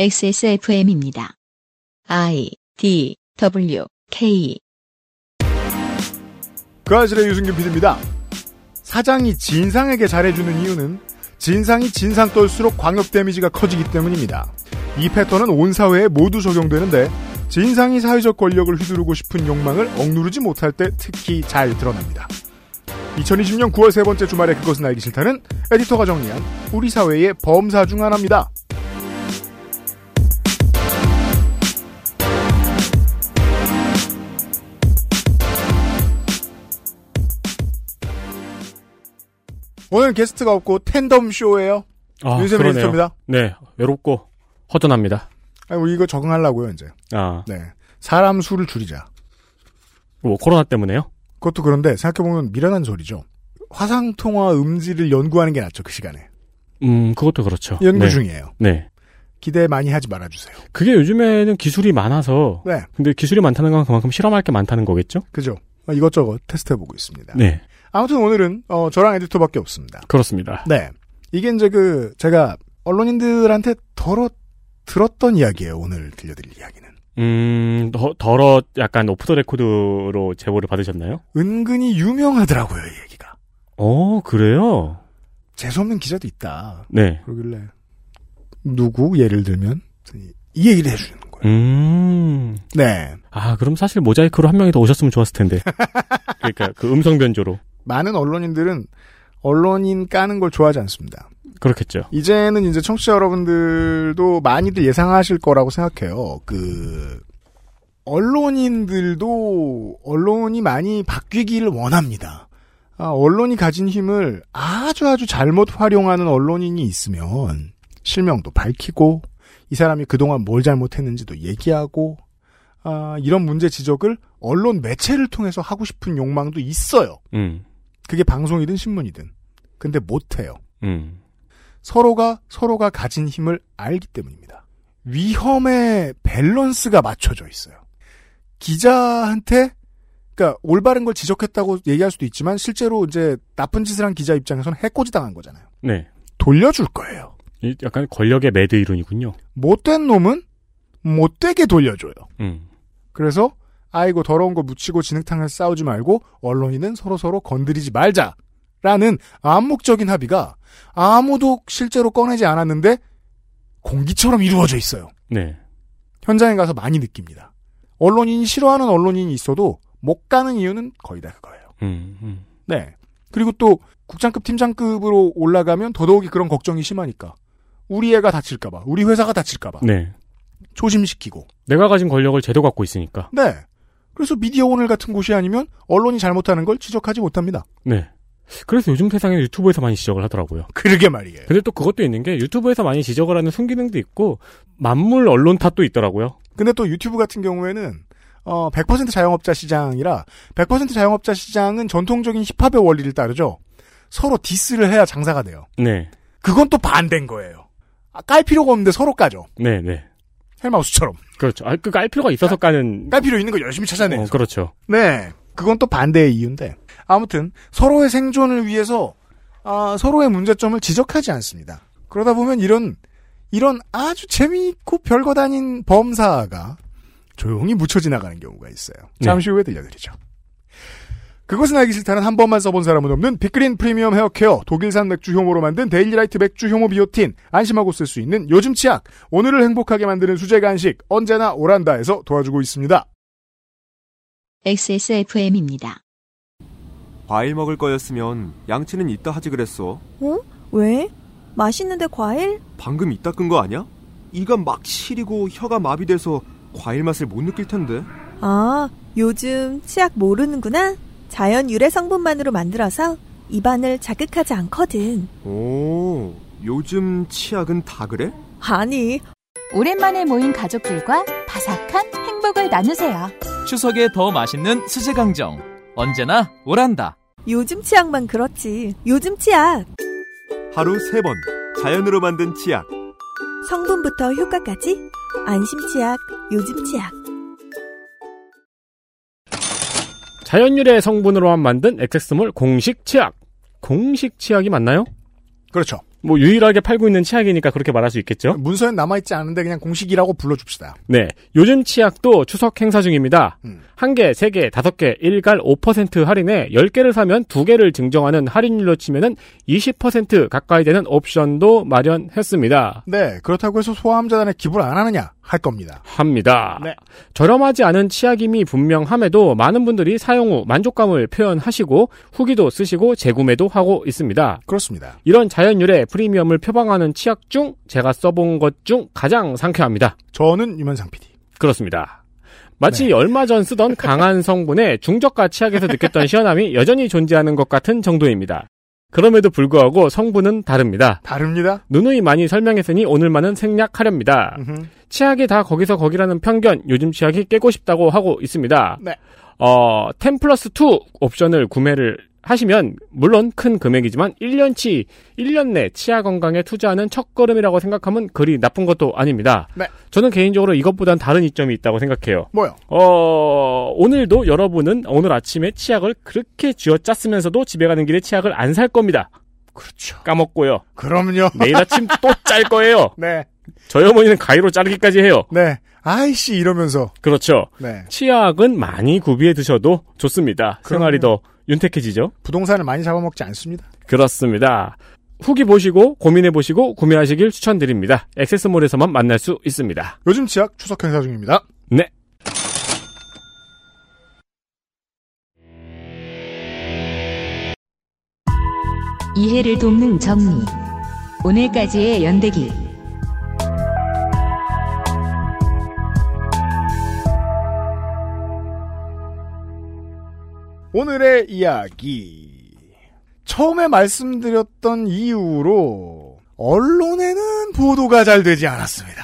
XSFM입니다. I D W K 그 아실의 유승균 PD입니다. 사장이 진상에게 잘해주는 이유는 진상이 진상 떨수록 광역 데미지가 커지기 때문입니다. 이 패턴은 온 사회에 모두 적용되는데 진상이 사회적 권력을 휘두르고 싶은 욕망을 억누르지 못할 때 특히 잘 드러납니다. 2020년 9월 세 번째 주말에 그것은 알기 싫다는 에디터가 정리한 우리 사회의 범사 중 하나입니다. 오늘 게스트가 없고 텐덤 쇼예요. 아, 윤세민 그러네요. 에디터입니다. 네, 외롭고 허전합니다. 아니, 우리 이거 적응하려고요, 이제. 아, 네. 사람 수를 줄이자. 뭐 코로나 때문에요? 그것도 그런데 생각해보면 미련한 소리죠. 화상통화 음질을 연구하는 게 낫죠, 그 시간에. 음, 그것도 그렇죠. 연구 네. 중이에요. 네, 기대 많이 하지 말아주세요. 그게 요즘에는 기술이 많아서 네, 근데 기술이 많다는 건 그만큼 실험할 게 많다는 거겠죠? 그죠. 어, 이것저것 테스트해보고 있습니다. 네, 아무튼 오늘은, 어, 저랑 에디터밖에 없습니다. 그렇습니다. 네. 이게 이제 그, 제가 언론인들한테 덜어 들었던 이야기예요, 오늘 들려드릴 이야기는. 음, 더, 덜어 약간 오프 더 레코드로 제보를 받으셨나요? 은근히 유명하더라고요, 이 얘기가. 어, 그래요? 재수없는 기자도 있다. 네. 그러길래, 누구, 예를 들면, 이- 이 얘기를 해주는 거예요. 음, 네. 아, 그럼 사실 모자이크로 한 명이 더 오셨으면 좋았을 텐데. 그러니까 그 음성 변조로 많은 언론인들은 언론인 까는 걸 좋아하지 않습니다. 그렇겠죠. 이제는 이제 청취자 여러분들도 많이들 예상하실 거라고 생각해요. 그 언론인들도 언론이 많이 바뀌기를 원합니다. 아, 언론이 가진 힘을 아주 아주 잘못 활용하는 언론인이 있으면 실명도 밝히고 이 사람이 그동안 뭘 잘못했는지도 얘기하고 아, 이런 문제 지적을 언론 매체를 통해서 하고 싶은 욕망도 있어요. 음, 그게 방송이든 신문이든. 근데 못해요. 음, 서로가 서로가 가진 힘을 알기 때문입니다. 위험의 밸런스가 맞춰져 있어요. 기자한테 그러니까 올바른 걸 지적했다고 얘기할 수도 있지만 실제로 이제 나쁜 짓을 한 기자 입장에서는 해코지 당한 거잖아요. 네. 돌려줄 거예요. 이 약간 권력의 매드 이론이군요. 못된 놈은 못되게 돌려줘요. 음, 그래서 아이고 더러운 거 묻히고 진흙탕에서 싸우지 말고 언론인은 서로서로 건드리지 말자라는 암묵적인 합의가 아무도 실제로 꺼내지 않았는데 공기처럼 이루어져 있어요. 네. 현장에 가서 많이 느낍니다. 언론인이 싫어하는 언론인이 있어도 못 가는 이유는 거의 다 그거예요. 음, 음. 네. 그리고 또 국장급 팀장급으로 올라가면 더더욱이 그런 걱정이 심하니까 우리 애가 다칠까봐 우리 회사가 다칠까봐 네. 조심시키고 내가 가진 권력을 제도 갖고 있으니까. 네. 그래서 미디어 오늘 같은 곳이 아니면 언론이 잘못하는 걸 지적하지 못합니다. 네. 그래서 요즘 세상에 유튜브에서 많이 지적을 하더라고요. 그러게 말이에요. 근데 또 그것도 있는 게 유튜브에서 많이 지적을 하는 순기능도 있고 만물 언론 탓도 있더라고요. 근데 또 유튜브 같은 경우에는 어, 100% 자영업자 시장이라 100% 자영업자 시장은 전통적인 힙합의 원리를 따르죠. 서로 디스를 해야 장사가 돼요. 네. 그건 또 반대인 거예요. 아, 깔 필요가 없는데 서로 까죠. 네, 네. 헬마우스처럼. 그렇죠. 아, 그 깔 필요가 있어서 까는 깔 필요 있는 거 열심히 찾아내요. 어, 그렇죠. 네. 그건 또 반대의 이유인데. 아무튼 서로의 생존을 위해서 아, 서로의 문제점을 지적하지 않습니다. 그러다 보면 이런 이런 아주 재미있고 별거 다닌 범사가 조용히 묻혀 지나가는 경우가 있어요. 네. 잠시 후에 들려드리죠. 그것은 알기 싫다는 한 번만 써본 사람은 없는 빅그린 프리미엄 헤어케어 독일산 맥주 효모로 만든 데일리라이트 맥주 효모 비오틴 안심하고 쓸 수 있는 요즘 치약 오늘을 행복하게 만드는 수제 간식 언제나 오란다에서 도와주고 있습니다. XSFM입니다. 과일 먹을 거였으면 양치는 이따 하지 그랬어. 어? 왜? 맛있는데 과일? 방금 이따 끈 거 아니야? 이가 막 시리고 혀가 마비돼서 과일 맛을 못 느낄 텐데. 아, 요즘 치약 모르는구나. 자연 유래 성분만으로 만들어서 입안을 자극하지 않거든. 오, 요즘 치약은 다 그래? 아니, 오랜만에 모인 가족들과 바삭한 행복을 나누세요. 추석에 더 맛있는 수제강정 언제나 오란다 요즘 치약만 그렇지. 요즘 치약. 하루 세 번 자연으로 만든 치약. 성분부터 효과까지. 안심 치약, 요즘 치약. 자연유래 성분으로만 만든 엑세스몰 공식 치약. 공식 치약이 맞나요? 그렇죠. 뭐 유일하게 팔고 있는 치약이니까 그렇게 말할 수 있겠죠. 문서엔 남아있지 않은데 그냥 공식이라고 불러줍시다. 네. 요즘 치약도 추석 행사 중입니다. 음. 한개세개 다섯 개 일갈 5% 할인에 10개를 사면 두개를 증정하는 할인율로 치면은 20% 가까이 되는 옵션도 마련했습니다. 네, 그렇다고 해서 소아암자단에 기부를 안 하느냐 할 겁니다. 합니다. 네. 저렴하지 않은 치약임이 분명함에도 많은 분들이 사용 후 만족감을 표현하시고 후기도 쓰시고 재구매도 하고 있습니다. 그렇습니다. 이런 자연유래 프리미엄을 표방하는 치약 중 제가 써본 것 중 가장 상쾌합니다. 저는 유면상 PD. 그렇습니다. 마치 얼마 전 쓰던 강한 성분의 중저가 치약에서 느꼈던 시원함이 여전히 존재하는 것 같은 정도입니다. 그럼에도 불구하고 성분은 다릅니다. 다릅니다. 누누이 많이 설명했으니 오늘만은 생략하렵니다. 음흠. 치약이 다 거기서 거기라는 편견, 요즘 치약이 깨고 싶다고 하고 있습니다. 네. 어, 10 플러스 2 옵션을 구매를 하시면, 물론 큰 금액이지만, 1년치, 1년 내 치아 건강에 투자하는 첫걸음이라고 생각하면 그리 나쁜 것도 아닙니다. 네. 저는 개인적으로 이것보단 다른 이점이 있다고 생각해요. 뭐요? 어, 오늘도 여러분은 오늘 아침에 치약을 그렇게 쥐어 짰으면서도 집에 가는 길에 치약을 안 살 겁니다. 그렇죠. 까먹고요. 그럼요. 내일 아침 또 짤 거예요. 네, 저희 어머니는 가위로 자르기까지 해요. 네. 아이씨 이러면서 그렇죠. 네 치약은 많이 구비해 두셔도 좋습니다. 그럼요. 생활이 더 윤택해지죠? 부동산을 많이 잡아먹지 않습니다. 그렇습니다. 후기 보시고 고민해 보시고 구매하시길 추천드립니다. 액세스몰에서만 만날 수 있습니다. 요즘 치약 추석 행사 중입니다. 네. 이해를 돕는 정리. 오늘까지의 연대기. 오늘의 이야기. 처음에 말씀드렸던 이유로 언론에는 보도가 잘 되지 않았습니다.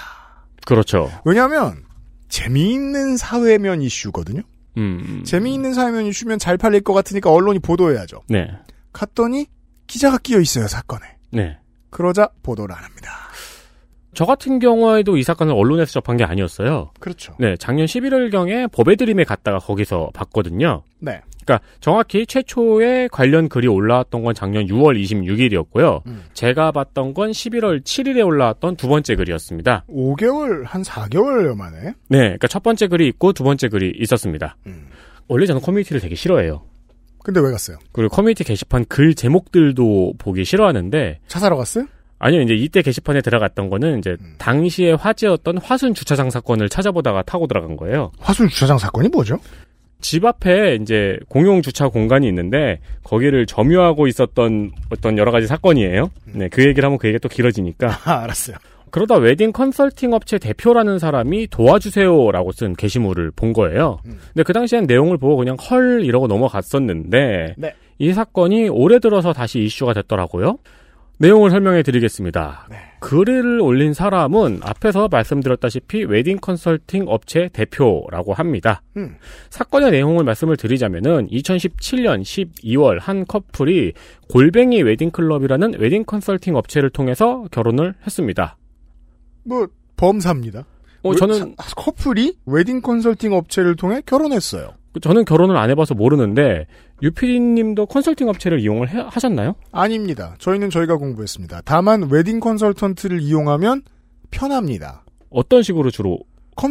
그렇죠. 왜냐하면 재미있는 사회면 이슈거든요. 음. 재미있는 사회면 이슈면 잘 팔릴 것 같으니까 언론이 보도해야죠. 네. 갔더니 기자가 끼어 있어요 사건에. 네. 그러자 보도를 안 합니다. 저 같은 경우에도 이 사건을 언론에서 접한 게 아니었어요. 그렇죠. 네, 작년 11월경에 법의드림에 갔다가 거기서 봤거든요. 네. 그러니까 정확히 최초에 관련 글이 올라왔던 건 작년 6월 26일이었고요. 음. 제가 봤던 건 11월 7일에 올라왔던 두 번째 글이었습니다. 5개월 한 4개월 만에. 네, 그러니까 첫 번째 글이 있고 두 번째 글이 있었습니다. 음. 원래 저는 커뮤니티를 되게 싫어해요. 근데 왜 갔어요? 그리고 커뮤니티 게시판 글 제목들도 보기 싫어하는데 차 사러 갔어요? 아니요, 이제 이때 게시판에 들어갔던 거는 이제 음. 당시에 화제였던 화순 주차장 사건을 찾아보다가 타고 들어간 거예요. 화순 주차장 사건이 뭐죠? 집 앞에 이제 공용 주차 공간이 있는데 거기를 점유하고 있었던 어떤 여러 가지 사건이에요. 음. 네, 그 얘기를 하면 그 얘기가 또 길어지니까. 아, 알았어요. 그러다 웨딩 컨설팅 업체 대표라는 사람이 도와주세요라고 쓴 게시물을 본 거예요. 음. 근데 그 당시엔 내용을 보고 그냥 헐 이러고 넘어갔었는데 네. 이 사건이 올해 들어서 다시 이슈가 됐더라고요. 내용을 설명해 드리겠습니다. 네. 글을 올린 사람은 앞에서 말씀드렸다시피 웨딩 컨설팅 업체 대표라고 합니다. 음. 사건의 내용을 말씀을 드리자면은 2017년 12월 한 커플이 골뱅이 웨딩 클럽이라는 웨딩 컨설팅 업체를 통해서 결혼을 했습니다. 뭐 범사입니다. 어, 왜- 저는 사- 커플이 웨딩 컨설팅 업체를 통해 결혼했어요. 저는 결혼을 안 해봐서 모르는데 유피디님도 컨설팅 업체를 이용을 해- 하셨나요? 아닙니다. 저희는 저희가 공부했습니다. 다만 웨딩 컨설턴트를 이용하면 편합니다. 어떤 식으로 주로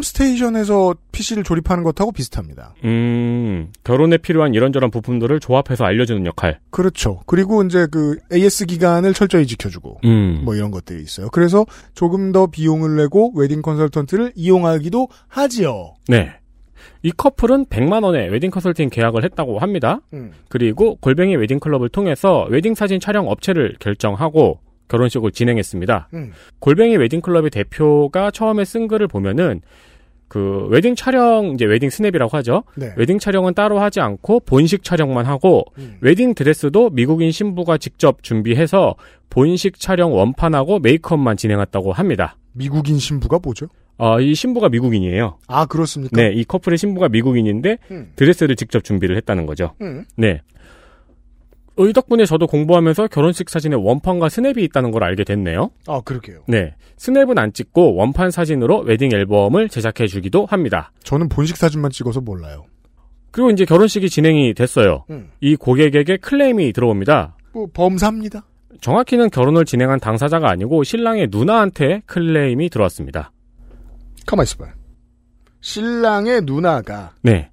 컴스테이션에서 PC를 조립하는 것하고 비슷합니다. 음, 결혼에 필요한 이런저런 부품들을 조합해서 알려주는 역할. 그렇죠. 그리고 이제 그 AS 기간을 철저히 지켜주고 음, 뭐 이런 것들이 있어요. 그래서 조금 더 비용을 내고 웨딩 컨설턴트를 이용하기도 하지요. 네. 이 커플은 100만 원에 웨딩 컨설팅 계약을 했다고 합니다. 음. 그리고 골뱅이 웨딩 클럽을 통해서 웨딩 사진 촬영 업체를 결정하고 결혼식을 진행했습니다. 음. 골뱅이 웨딩 클럽의 대표가 처음에 쓴 글을 보면은 그 웨딩 촬영 이제 웨딩 스냅이라고 하죠. 네. 웨딩 촬영은 따로 하지 않고 본식 촬영만 하고 음. 웨딩 드레스도 미국인 신부가 직접 준비해서 본식 촬영 원판하고 메이크업만 진행했다고 합니다. 미국인 신부가 뭐죠? 아, 이 신부가 미국인이에요. 아 그렇습니까? 네, 이 커플의 신부가 미국인인데 음. 드레스를 직접 준비를 했다는 거죠. 음. 네. 어, 이 덕분에 저도 공부하면서 결혼식 사진에 원판과 스냅이 있다는 걸 알게 됐네요. 아 그러게요. 네. 스냅은 안 찍고 원판 사진으로 웨딩 앨범을 제작해 주기도 합니다. 저는 본식 사진만 찍어서 몰라요. 그리고 이제 결혼식이 진행이 됐어요. 음. 이 고객에게 클레임이 들어옵니다. 뭐 범사입니다. 정확히는 결혼을 진행한 당사자가 아니고 신랑의 누나한테 클레임이 들어왔습니다. 가만 있어봐요. 신랑의 누나가 네.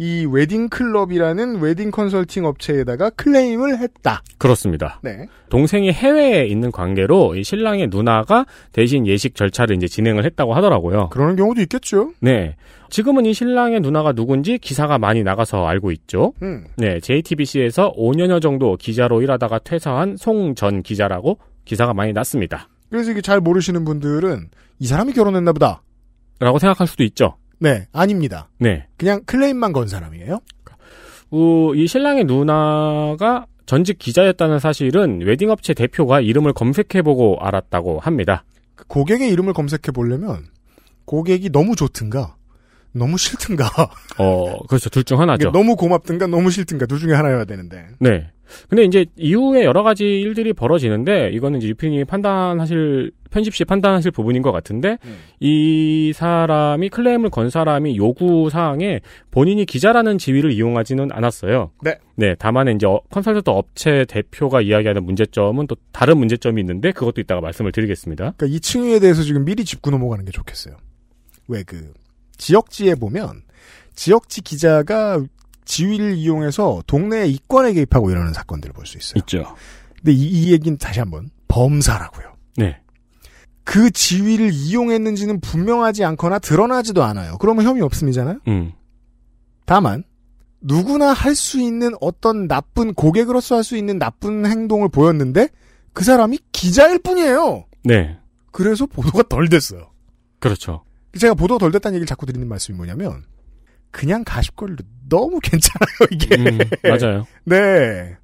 이 웨딩클럽이라는 웨딩 컨설팅 업체에다가 클레임을 했다. 그렇습니다. 네. 동생이 해외에 있는 관계로 이 신랑의 누나가 대신 예식 절차를 이제 진행을 했다고 하더라고요. 그러는 경우도 있겠죠. 네. 지금은 이 신랑의 누나가 누군지 기사가 많이 나가서 알고 있죠. 음. 네, JTBC에서 5년여 정도 기자로 일하다가 퇴사한 송 전 기자라고 기사가 많이 났습니다. 그래서 이게 잘 모르시는 분들은 이 사람이 결혼했나 보다. 라고 생각할 수도 있죠. 네, 아닙니다. 네. 그냥 클레임만 건 사람이에요. 우, 이 신랑의 누나가 전직 기자였다는 사실은 웨딩업체 대표가 이름을 검색해보고 알았다고 합니다. 그 고객의 이름을 검색해 보려면 고객이 너무 좋든가 너무 싫든가 어, 그렇죠. 둘 중 하나죠. 이게 너무 고맙든가 너무 싫든가 둘 중에 하나여야 되는데 네. 근데 이제 이후에 여러 가지 일들이 벌어지는데 이거는 이제 유피님이 판단하실 편집시 판단하실 부분인 것 같은데 음. 이 사람이 클레임을 건 사람이 요구 사항에 본인이 기자라는 지위를 이용하지는 않았어요. 네. 다만 이제 어- 컨설턴트 업체 대표가 이야기하는 문제점은 또 다른 문제점이 있는데 그것도 이따가 말씀을 드리겠습니다. 그러니까 이 층위에 대해서 지금 미리 짚고 넘어가는 게 좋겠어요. 왜 그 지역지에 보면 지역지 기자가 지위를 이용해서 동네의 이권에 개입하고 이러는 사건들을 볼 수 있어요. 있죠. 근데 이, 이 얘기는 다시 한번 범사라고요. 네. 그 지위를 이용했는지는 분명하지 않거나 드러나지도 않아요. 그러면 혐의 없음이잖아요. 음. 다만 누구나 할 수 있는 어떤 나쁜 고객으로서 할 수 있는 나쁜 행동을 보였는데 그 사람이 기자일 뿐이에요. 네. 그래서 보도가 덜 됐어요. 그렇죠. 제가 보도가 덜 됐다는 얘기를 자꾸 드리는 말씀이 뭐냐면 그냥 가십거리도 너무 괜찮아요 이게. 음, 맞아요. 네.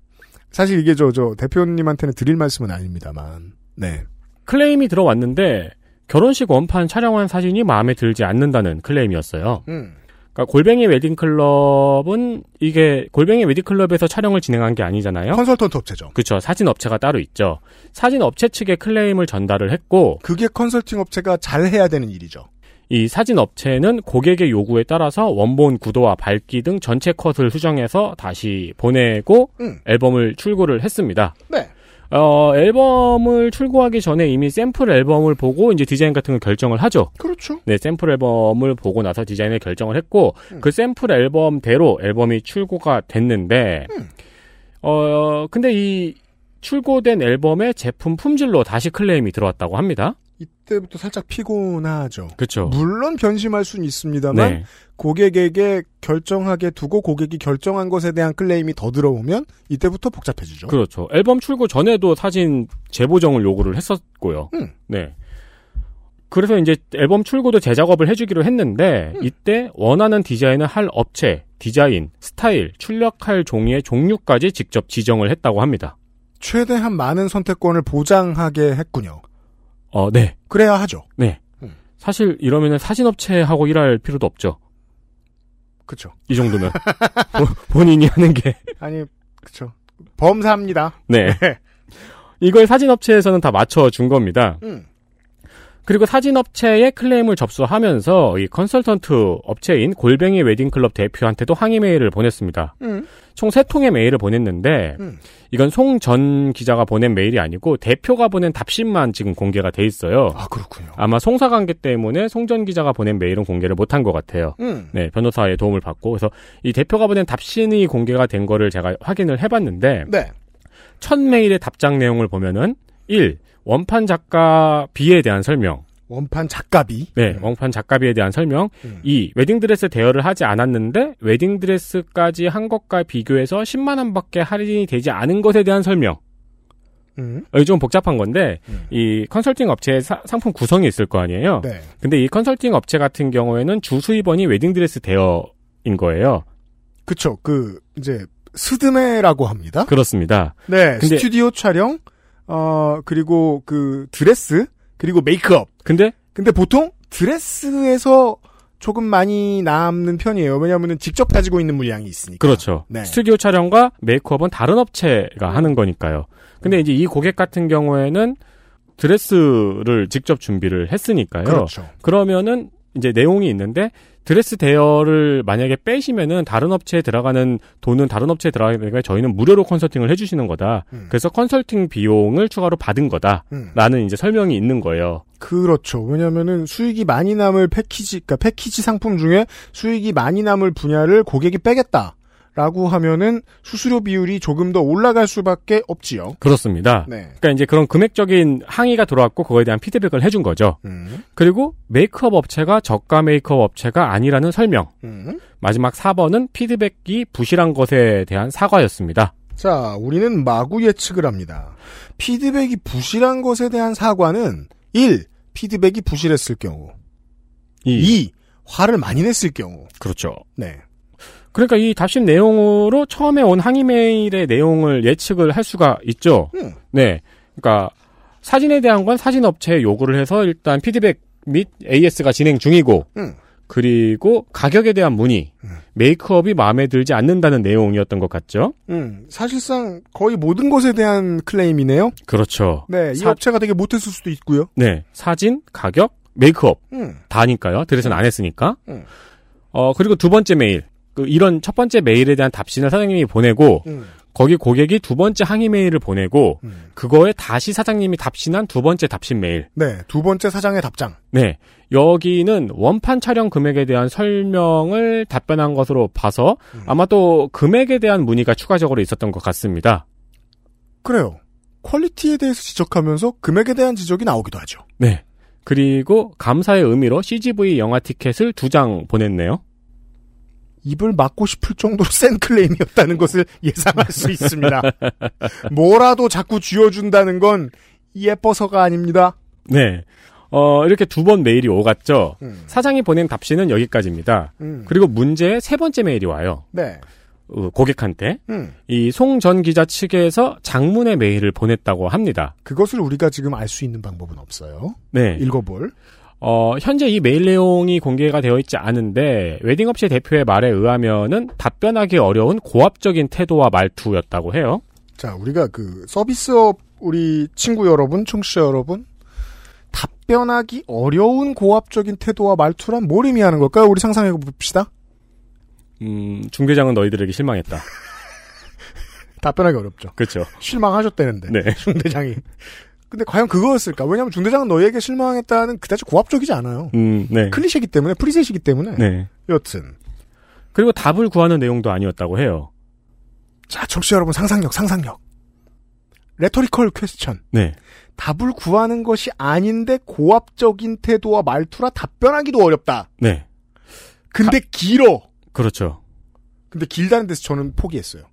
사실 이게 저 저 대표님한테는 드릴 말씀은 아닙니다만. 네. 클레임이 들어왔는데 결혼식 원판 촬영한 사진이 마음에 들지 않는다는 클레임이었어요. 음. 그러니까 골뱅이 웨딩클럽은 이게 골뱅이 웨딩클럽에서 촬영을 진행한 게 아니잖아요. 컨설턴트 업체죠. 그렇죠. 사진 업체가 따로 있죠. 사진 업체 측에 클레임을 전달을 했고 그게 컨설팅 업체가 잘 해야 되는 일이죠. 이 사진 업체는 고객의 요구에 따라서 원본 구도와 밝기 등 전체 컷을 수정해서 다시 보내고 음. 앨범을 출고를 했습니다. 네. 어, 앨범을 출고하기 전에 이미 샘플 앨범을 보고 이제 디자인 같은 걸 결정을 하죠. 그렇죠. 네, 샘플 앨범을 보고 나서 디자인을 결정을 했고 음. 그 샘플 앨범대로 앨범이 출고가 됐는데 음. 어 근데 이 출고된 앨범의 제품 품질로 다시 클레임이 들어왔다고 합니다. 이때부터 살짝 피곤하죠. 그렇죠. 물론 변심할 수는 있습니다만 네. 고객에게 결정하게 두고 고객이 결정한 것에 대한 클레임이 더 들어오면 이때부터 복잡해지죠. 그렇죠. 앨범 출고 전에도 사진 재보정을 요구를 했었고요. 음. 네. 그래서 이제 앨범 출고도 재작업을 해주기로 했는데 이때 원하는 디자인을 할 업체, 디자인, 스타일, 출력할 종이의 종류까지 직접 지정을 했다고 합니다. 최대한 많은 선택권을 보장하게 했군요. 어, 네. 그래야 하죠. 네. 음. 사실 이러면은 사진업체하고 일할 필요도 없죠. 그렇죠. 이 정도면 보- 본인이 하는 게 아니 그렇죠. 범사입니다. 네. 이걸 사진업체에서는 다 맞춰 준 겁니다. 음. 그리고 사진업체에 클레임을 접수하면서 이 컨설턴트 업체인 골뱅이 웨딩클럽 대표한테도 항의 메일을 보냈습니다. 음. 총 세 통의 메일을 보냈는데 음. 이건 송 전 기자가 보낸 메일이 아니고 대표가 보낸 답신만 지금 공개가 돼 있어요. 아 그렇군요. 아마 송사관계 때문에 송 전 기자가 보낸 메일은 공개를 못한 것 같아요. 음. 네, 변호사의 도움을 받고 그래서 이 대표가 보낸 답신이 공개가 된 거를 제가 확인을 해봤는데 네. 첫 메일의 답장 내용을 보면은 1. 원판 작가 B에 대한 설명. 원판 작가비. 네, 음. 원판 작가 B에 대한 설명. 음. 2. 웨딩드레스 대여를 하지 않았는데 웨딩드레스까지 한 것과 비교해서 10만 원밖에 할인이 되지 않은 것에 대한 설명. 음. 어, 이거 좀 복잡한 건데 음. 이 컨설팅 업체의 사- 상품 구성이 있을 거 아니에요. 네. 근데 이 컨설팅 업체 같은 경우에는 주수입원이 웨딩드레스 대여인 거예요. 그렇죠. 그 이제 스드메라고 합니다. 그렇습니다. 네. 근데- 스튜디오 촬영 어 그리고 그 드레스 그리고 메이크업 근데 근데 보통 드레스에서 조금 많이 남는 편이에요. 왜냐하면 직접 가지고 있는 물량이 있으니까. 그렇죠. 네. 음. 스튜디오 촬영과 메이크업은 다른 업체가 하는 거니까요. 근데 이제 이 고객 같은 경우에는 드레스를 직접 준비를 했으니까요. 그렇죠. 러면은 이제 내용이 있는데 드레스 대여를 만약에 빼시면은 다른 업체에 들어가는 돈은 다른 업체에 들어가니까 저희는 무료로 컨설팅을 해주시는 거다. 음. 그래서 컨설팅 비용을 추가로 받은 거다. 음. 라는 이제 설명이 있는 거예요. 그렇죠. 왜냐면은 수익이 많이 남을 패키지, 그러니까 패키지 상품 중에 수익이 많이 남을 분야를 고객이 빼겠다. 라고 하면은 수수료 비율이 조금 더 올라갈 수밖에 없지요. 그렇습니다. 네. 그러니까 이제 그런 금액적인 항의가 들어왔고 그거에 대한 피드백을 해준 거죠. 음, 그리고 메이크업 업체가 저가 메이크업 업체가 아니라는 설명. 음. 마지막 4번은 피드백이 부실한 것에 대한 사과였습니다. 자, 우리는 마구 예측을 합니다. 피드백이 부실한 것에 대한 사과는 1. 피드백이 부실했을 경우. 이 2. 화를 많이 냈을 경우. 그렇죠. 네. 그러니까 이 답십 내용으로 처음에 온 항의 메일의 내용을 예측을 할 수가 있죠. 음. 네. 그러니까 사진에 대한 건 사진 업체에 요구를 해서 일단 피드백 및 AS가 진행 중이고 음. 그리고 가격에 대한 문의, 메이크업이 마음에 들지 않는다는 내용이었던 것 같죠? 음, 사실상 거의 모든 것에 대한 클레임이네요. 그렇죠. 네, 이 사- 업체가 되게 못했을 수도 있고요. 네. 사진, 가격, 메이크업 음, 다니까요. 드레스는 안 했으니까. 음. 어, 그리고 두 번째 메일. 그 이런 첫 번째 메일에 대한 답신을 사장님이 보내고 음, 거기 고객이 두 번째 항의 메일을 보내고 음. 그거에 다시 사장님이 답신한 두 번째 답신 메일. 네, 두 번째 사장의 답장. 네. 여기는 원판 촬영 금액에 대한 설명을 답변한 것으로 봐서 아마 또 금액에 대한 문의가 추가적으로 있었던 것 같습니다. 그래요. 퀄리티에 대해서 지적하면서 금액에 대한 지적이 나오기도 하죠. 네. 그리고 감사의 의미로 CGV 영화 티켓을 두 장 보냈네요. 입을 막고 싶을 정도로 센 클레임이었다는 것을 예상할 수 있습니다. 뭐라도 자꾸 쥐어준다는 건 예뻐서가 아닙니다. 네. 어, 이렇게 두 번 메일이 오갔죠. 음, 사장이 보낸 답신은 여기까지입니다. 음, 그리고 문제의 세 번째 메일이 와요. 네, 어, 고객한테. 음. 이 송 전 기자 측에서 장문의 메일을 보냈다고 합니다. 그것을 우리가 지금 알 수 있는 방법은 없어요. 네. 읽어볼. 어, 현재 이 메일 내용이 공개가 되어 있지 않은데 웨딩업체 대표의 말에 의하면은 답변하기 어려운 고압적인 태도와 말투였다고 해요. 자, 우리가 그 서비스업 우리 친구 여러분, 청취자 여러분, 답변하기 어려운 고압적인 태도와 말투란 뭘 의미하는 걸까요? 우리 상상해 봅시다. 음, 중대장은 너희들에게 실망했다. 답변하기 어렵죠. 그렇죠. 실망하셨다는데 네. 중대장이. 근데 과연 그거였을까? 왜냐하면 중대장은 너희에게 실망했다는 그다지 고압적이지 않아요. 음, 네. 클리셰이기 때문에 프리셋이기 때문에. 네. 여튼 그리고 답을 구하는 내용도 아니었다고 해요. 자, 청취자 여러분 상상력, 상상력. 레토리컬 퀘스천. 네. 답을 구하는 것이 아닌데 고압적인 태도와 말투라 답변하기도 어렵다. 네. 근데 길어. 그렇죠. 근데 길다는 데서 저는 포기했어요.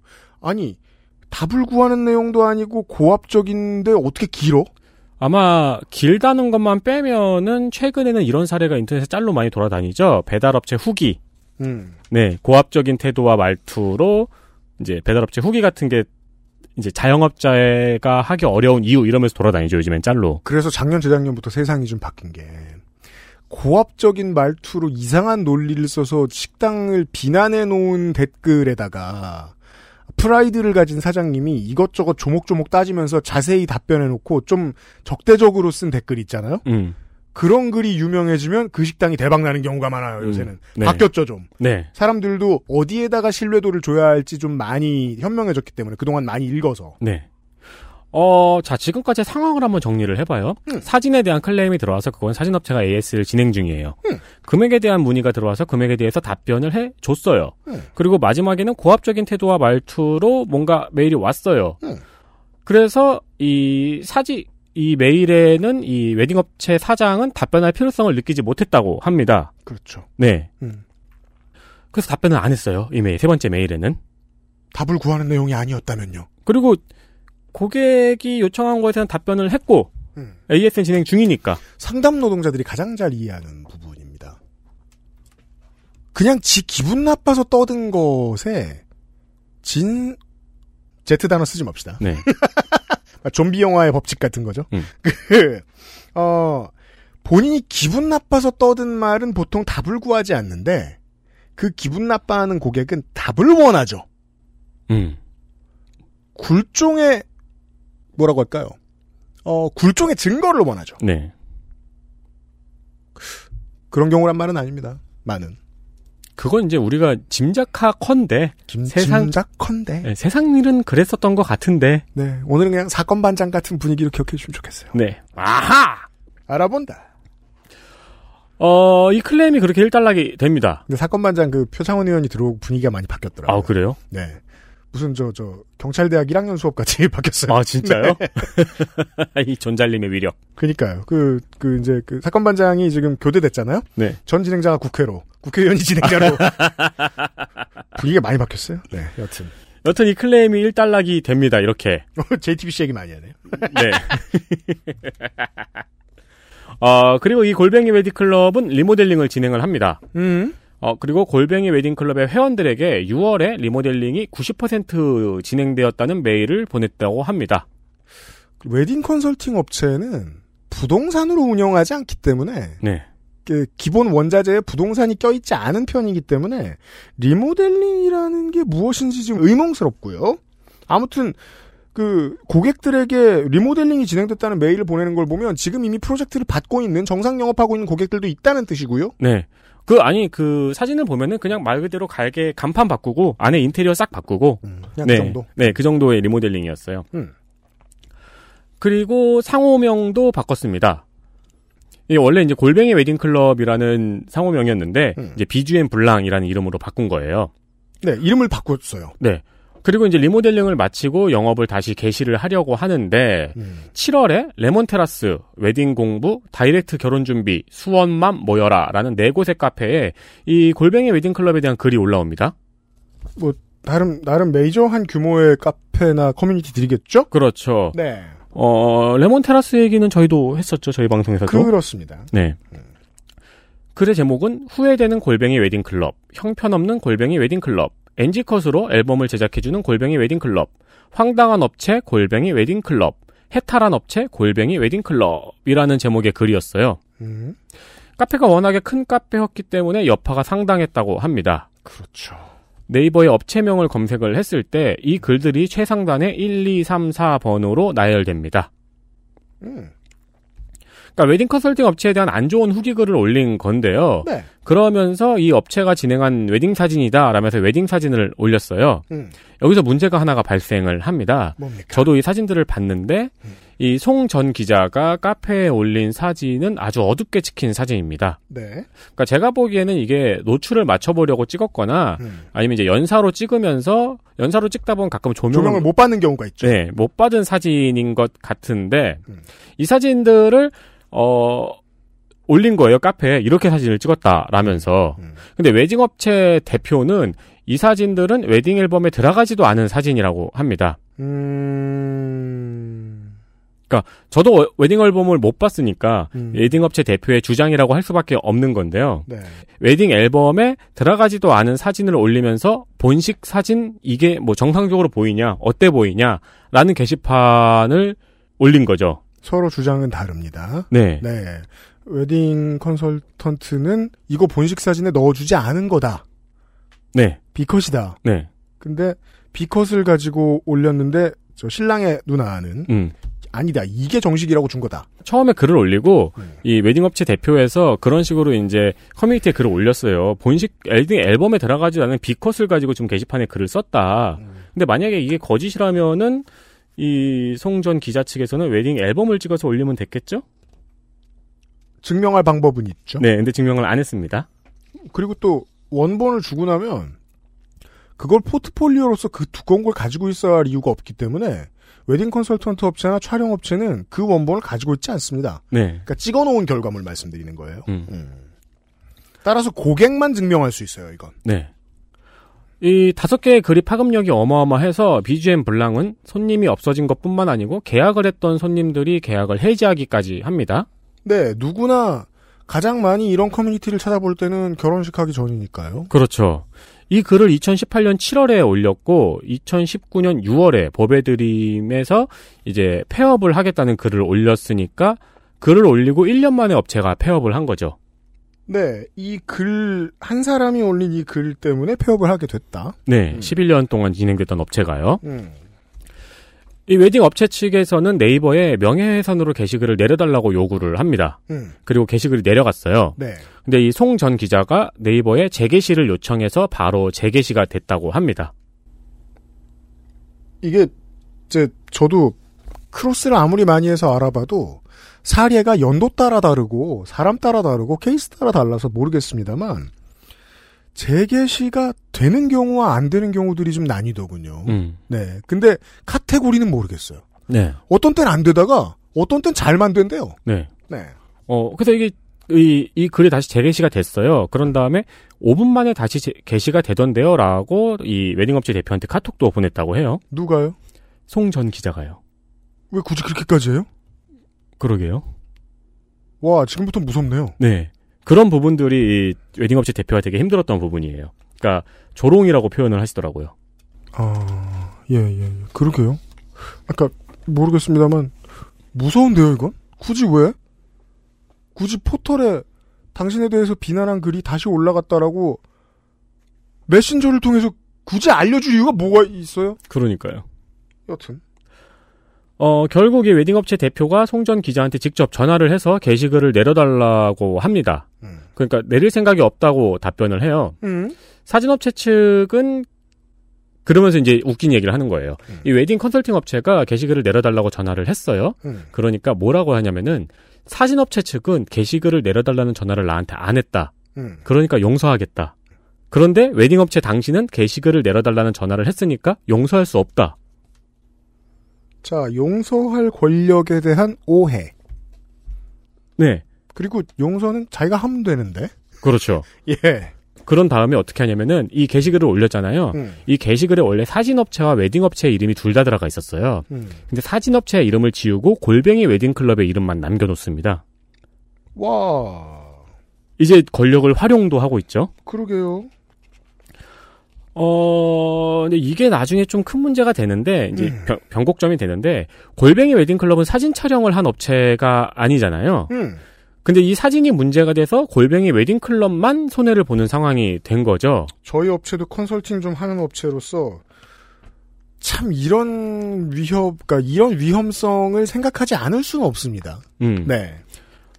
아니, 답을 구하는 내용도 아니고 고압적인데 어떻게 길어? 아마 길다는 것만 빼면은 최근에는 이런 사례가 인터넷에 짤로 많이 돌아다니죠. 배달업체 후기. 음. 네, 고압적인 태도와 말투로 이제 배달업체 후기 같은 게 이제 자영업자가 하기 어려운 이유 이러면서 돌아다니죠. 요즘엔 짤로. 그래서 작년, 재작년부터 세상이 좀 바뀐 게, 고압적인 말투로 이상한 논리를 써서 식당을 비난해 놓은 댓글에다가, 프라이드를 가진 사장님이 이것저것 조목조목 따지면서 자세히 답변해 놓고 좀 적대적으로 쓴 댓글 있잖아요? 음, 그런 글이 유명해지면 그 식당이 대박 나는 경우가 많아요, 요새는. 음, 네. 바뀌었죠, 좀. 네, 사람들도 어디에다가 신뢰도를 줘야 할지 좀 많이 현명해졌기 때문에 그동안 많이 읽어서 네. 어, 자 지금까지 상황을 한번 정리를 해봐요. 사진에 대한 클레임이 들어와서 그건 사진업체가 AS를 진행 중이에요. 금액에 대한 문의가 들어와서 금액에 대해서 답변을 해 줬어요. 그리고 마지막에는 고압적인 태도와 말투로 뭔가 메일이 왔어요. 그래서 이 사지 이 메일에는 이 웨딩업체 사장은 답변할 필요성을 느끼지 못했다고 합니다. 그렇죠. 네. 음. 그래서 답변을 안 했어요. 이 메일 세 번째 메일에는. 답을 구하는 내용이 아니었다면요. 그리고 고객이 요청한 거에 대한 답변을 했고 음. AS는 진행 중이니까 상담 노동자들이 가장 잘 이해하는 부분입니다. 그냥 지 기분 나빠서 떠든 것에 진 Z 단어 쓰지 맙시다. 아, 네. 좀비 영화의 법칙 같은 거죠. 음. 그, 어, 본인이 기분 나빠서 떠든 말은 보통 답을 구하지 않는데 그 기분 나빠하는 고객은 답을 원하죠. 음. 굴종의 뭐라고 할까요? 어 굴종의 증거를 원하죠. 네. 그런 경우란 말은 아닙니다. 많은 그건 이제 우리가 짐작하컨대 김, 세상- 짐작컨대. 예, 세상 일은 그랬었던 것 같은데 네, 오늘은 그냥 사건 반장 같은 분위기로 기억해 주시면 좋겠어요. 네 아하 알아본다. 어이 클레임이 그렇게 1달락이 됩니다 근데 사건 반장 그 표창원 의원이 들어오고 분위기가 많이 바뀌었더라고요. 아 그래요 네. 무슨 저, 저, 경찰대학 1학년 수업 같이 바뀌었어요. 아 진짜요 이 전잘님의 위력 그니까요. 그, 그, 이제, 그, 사건 반장이 지금 교대됐잖아요? 네 전 진행자가 국회로, 국회의원이 진행자로. 분위기가 많이 바뀌었어요? 네, 여튼. 여튼 이 클레임이 1달락이 됩니다 이렇게 JTBC 얘기 많이 하네요. 네. 어, 그리고 이 골뱅이 웨딩클럽은 리모델링을 진행을 합니다. 음. 어, 그리고 골뱅이 웨딩클럽의 회원들에게 6월에 리모델링이 90% 진행되었다는 메일을 보냈다고 합니다. 웨딩 컨설팅 업체는 부동산으로 운영하지 않기 때문에 네. 그 기본 원자재에 부동산이 껴있지 않은 편이기 때문에 리모델링이라는 게 무엇인지 지금 의문스럽고요. 아무튼 그 고객들에게 리모델링이 진행됐다는 메일을 보내는 걸 보면 지금 이미 프로젝트를 받고 있는 정상 영업하고 있는 고객들도 있다는 뜻이고요. 네. 그, 아니, 그, 사진을 보면은 그냥 말 그대로 갈게 간판 바꾸고, 안에 인테리어 싹 바꾸고, 그냥 네. 그 정도. 네, 그 정도의 리모델링이었어요. 음. 그리고 상호명도 바꿨습니다. 이게 원래 이제 골뱅이 웨딩클럽이라는 상호명이었는데, 음. 이제 BGM 블랑이라는 이름으로 바꾼 거예요. 네, 이름을 바꿨어요. 네. 그리고 이제 리모델링을 마치고 영업을 다시 개시를 하려고 하는데, 음. 7월에 레몬테라스, 웨딩 공부, 다이렉트 결혼 준비, 수원맘 모여라 라는 네 곳의 카페에 이 골뱅이 웨딩클럽에 대한 글이 올라옵니다. 나름 나름 메이저한 규모의 카페나 커뮤니티들이겠죠? 그렇죠. 네, 어, 레몬 테라스 얘기는 저희도 했었죠. 저희 방송에서도. 그렇습니다. 네. 글의 제목은 후회되는 골뱅이 웨딩클럽, 형편없는 골뱅이 웨딩클럽, NG컷으로 앨범을 제작해주는 골뱅이 웨딩클럽, 황당한 업체 골뱅이 웨딩클럽, 해탈한 업체 골뱅이 웨딩클럽이라는 제목의 글이었어요. 음, 카페가 워낙에 큰 카페였기 때문에 여파가 상당했다고 합니다. 그렇죠. 네이버에 업체명을 검색을 했을 때 이 글들이 최상단의 1, 2, 3, 4번으로 나열됩니다. 음, 그러니까 웨딩 컨설팅 업체에 대한 안 좋은 후기 글을 올린 건데요. 네, 그러면서 이 업체가 진행한 웨딩 사진이다 라면서 웨딩 사진을 올렸어요. 음, 여기서 문제가 하나가 발생을 합니다. 뭡니까? 저도 이 사진들을 봤는데 음. 이 송 전 기자가 카페에 올린 사진은 아주 어둡게 찍힌 사진입니다. 네, 그러니까 제가 보기에는 이게 노출을 맞춰보려고 찍었거나 음. 아니면 이제 연사로 찍으면서 연사로 찍다 보면 가끔 조명을, 조명을 못 받는 경우가 있죠. 네, 못 받은 사진인 것 같은데 음. 이 사진들을 어 올린 거예요 카페에 이렇게 사진을 찍었다라면서 음. 근데 웨딩 업체 대표는 이 사진들은 웨딩 앨범에 들어가지도 않은 사진이라고 합니다. 음. 저도 어- 웨딩 앨범을 못 봤으니까 음. 웨딩 업체 대표의 주장이라고 할 수밖에 없는 건데요. 네. 웨딩 앨범에 들어가지도 않은 사진을 올리면서 본식 사진 이게 뭐 정상적으로 보이냐 어때 보이냐라는 게시판을 올린 거죠. 서로 주장은 다릅니다. 네. 네. 웨딩 컨설턴트는 이거 본식 사진에 넣어주지 않은 거다. 네. 비컷이다. 네. 근데 비컷을 가지고 올렸는데 저 신랑의 누나는 음. 아니다. 이게 정식이라고 준 거다. 처음에 글을 올리고 음. 이 웨딩 업체 대표에서 그런 식으로 이제 커뮤니티에 글을 올렸어요. 본식 웨딩 앨범에 들어가지 않은 비컷을 가지고 지금 게시판에 글을 썼다. 근데 만약에 이게 거짓이라면은 이 송전 기자 측에서는 웨딩 앨범을 찍어서 올리면 됐겠죠? 증명할 방법은 있죠. 네, 근데 증명을 안 했습니다. 그리고 또 원본을 주고 나면 그걸 포트폴리오로서 그 두꺼운 걸 가지고 있어야 할 이유가 없기 때문에 웨딩 컨설턴트 업체나 촬영 업체는 그 원본을 가지고 있지 않습니다. 네. 그러니까 찍어놓은 결과물 말씀드리는 거예요. 음. 음. 따라서 고객만 증명할 수 있어요. 이건 네. 이 다섯 개의 글이 파급력이 어마어마해서 BGM 블랑은 손님이 없어진 것뿐만 아니고 계약을 했던 손님들이 계약을 해지하기까지 합니다. 네 누구나 가장 많이 이런 커뮤니티를 찾아볼 때는 결혼식 하기 전이니까요. 그렇죠. 이 글을 2018년 7월에 올렸고 2019년 6월에 법에드림에서 이제 폐업을 하겠다는 글을 올렸으니까 글을 올리고 1년 만에 업체가 폐업을 한 거죠. 네, 이 글 한 사람이 올린 이 글 때문에 폐업을 하게 됐다. 네, 음. 11년 동안 진행됐던 업체가요. 음. 이 웨딩 업체 측에서는 네이버에 명예훼손으로 게시글을 내려달라고 요구를 합니다. 음. 그리고 게시글이 내려갔어요. 네. 근데 이 송 전 기자가 네이버에 재게시를 요청해서 바로 재게시가 됐다고 합니다. 이게 이제 저도 크로스를 아무리 많이 해서 알아봐도 사례가 연도 따라 다르고 사람 따라 다르고 케이스 따라 달라서 모르겠습니다만 재개시가 되는 경우와 안 되는 경우들이 좀 나뉘더군요. 음. 네. 근데 카테고리는 모르겠어요. 네. 어떤 땐 안 되다가 어떤 땐 잘만 된대요. 네. 네. 어, 그래서 이게 이, 이 글이 다시 재게시가 됐어요. 그런 다음에 5분 만에 다시 재- 게시가 되던데요. 라고 이 웨딩업체 대표한테 카톡도 보냈다고 해요. 누가요? 송 전 기자가요. 왜 굳이 그렇게까지 해요? 그러게요. 와, 지금부터 무섭네요. 네. 그런 부분들이 이 웨딩업체 대표가 되게 힘들었던 부분이에요. 그러니까 조롱이라고 표현을 하시더라고요. 아, 예, 예, 예. 그러게요. 아까 모르겠습니다만 무서운데요, 이건? 굳이 왜? 굳이 포털에 당신에 대해서 비난한 글이 다시 올라갔다라고 메신저를 통해서 굳이 알려줄 이유가 뭐가 있어요? 그러니까요. 여튼. 어, 결국 이 웨딩업체 대표가 송 전 기자한테 직접 전화를 해서 게시글을 내려달라고 합니다. 음. 그러니까 내릴 생각이 없다고 답변을 해요. 음. 사진업체 측은 그러면서 이제 웃긴 얘기를 하는 거예요. 음. 이 웨딩 컨설팅 업체가 게시글을 내려달라고 전화를 했어요. 음. 그러니까 뭐라고 하냐면은 사진업체 측은 게시글을 내려달라는 전화를 나한테 안 했다. 음. 그러니까 용서하겠다. 그런데 웨딩업체 당신은 게시글을 내려달라는 전화를 했으니까 용서할 수 없다. 자, 용서할 권력에 대한 오해. 네, 그리고 용서는 자기가 하면 되는데. 그렇죠. 예. 그런 다음에 어떻게 하냐면은 이 게시글을 올렸잖아요. 음. 이 게시글에 원래 사진업체와 웨딩업체의 이름이 둘 다 들어가 있었어요. 음. 근데 사진업체의 이름을 지우고 골뱅이 웨딩클럽의 이름만 남겨놓습니다. 와, 이제 권력을 활용도 하고 있죠. 그러게요. 어, 근데 이게 나중에 좀 큰 문제가 되는데, 이제 음. 변- 변곡점이 되는데, 골뱅이 웨딩클럽은 사진 촬영을 한 업체가 아니잖아요. 음. 근데 이 사진이 문제가 돼서 골뱅이 웨딩클럽만 손해를 보는 상황이 된 거죠. 저희 업체도 컨설팅 좀 하는 업체로서 참 이런 위협, 그러니까 이런 위험성을 생각하지 않을 수는 없습니다. 음. 네.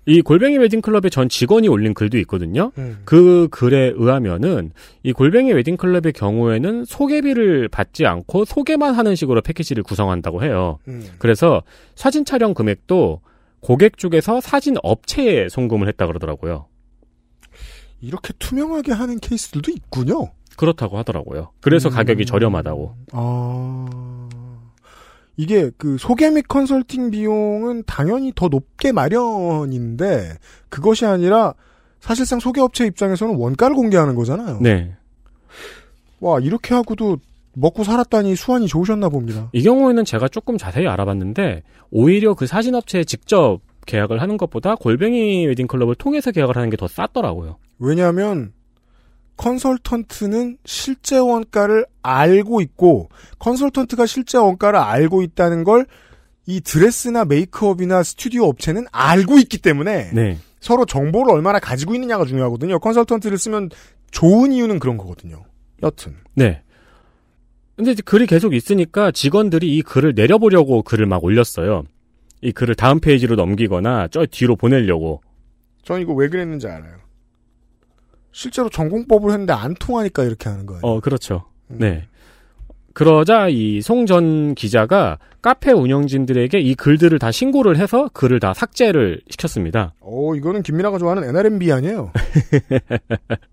이 골뱅이 웨딩클럽의 전 직원이 올린 글도 있거든요. 음. 그 글에 의하면은 이 골뱅이 웨딩클럽의 경우에는 소개비를 받지 않고 소개만 하는 식으로 패키지를 구성한다고 해요. 음. 그래서 사진 촬영 금액도 고객 쪽에서 사진 업체에 송금을 했다 그러더라고요. 이렇게 투명하게 하는 케이스들도 있군요. 그렇다고 하더라고요. 그래서 음. 가격이 저렴하다고. 아. 이게 그 소개 및 컨설팅 비용은 당연히 더 높게 마련인데 그것이 아니라 사실상 소개업체 입장에서는 원가를 공개하는 거잖아요. 네. 와, 이렇게 하고도 먹고 살았다니 수완이 좋으셨나 봅니다. 이 경우에는 제가 조금 자세히 알아봤는데 오히려 그 사진 업체에 직접 계약을 하는 것보다 골뱅이 웨딩클럽을 통해서 계약을 하는 게 더 쌌더라고요. 왜냐하면 컨설턴트는 실제 원가를 알고 있고 컨설턴트가 실제 원가를 알고 있다는 걸 이 드레스나 메이크업이나 스튜디오 업체는 알고 있기 때문에 네. 서로 정보를 얼마나 가지고 있느냐가 중요하거든요. 컨설턴트를 쓰면 좋은 이유는 그런 거거든요. 여튼 네. 근데 이제 글이 계속 있으니까 직원들이 이 글을 내려보려고 글을 막 올렸어요. 이 글을 다음 페이지로 넘기거나 저 뒤로 보내려고. 전 이거 왜 그랬는지 알아요. 실제로 전공법을 했는데 안 통하니까 이렇게 하는 거예요. 어, 그렇죠. 음. 네. 그러자 이 송 전 기자가 카페 운영진들에게 이 글들을 다 신고를 해서 글을 다 삭제를 시켰습니다. 오, 어, 이거는 김민아가 좋아하는 NRMB 아니에요?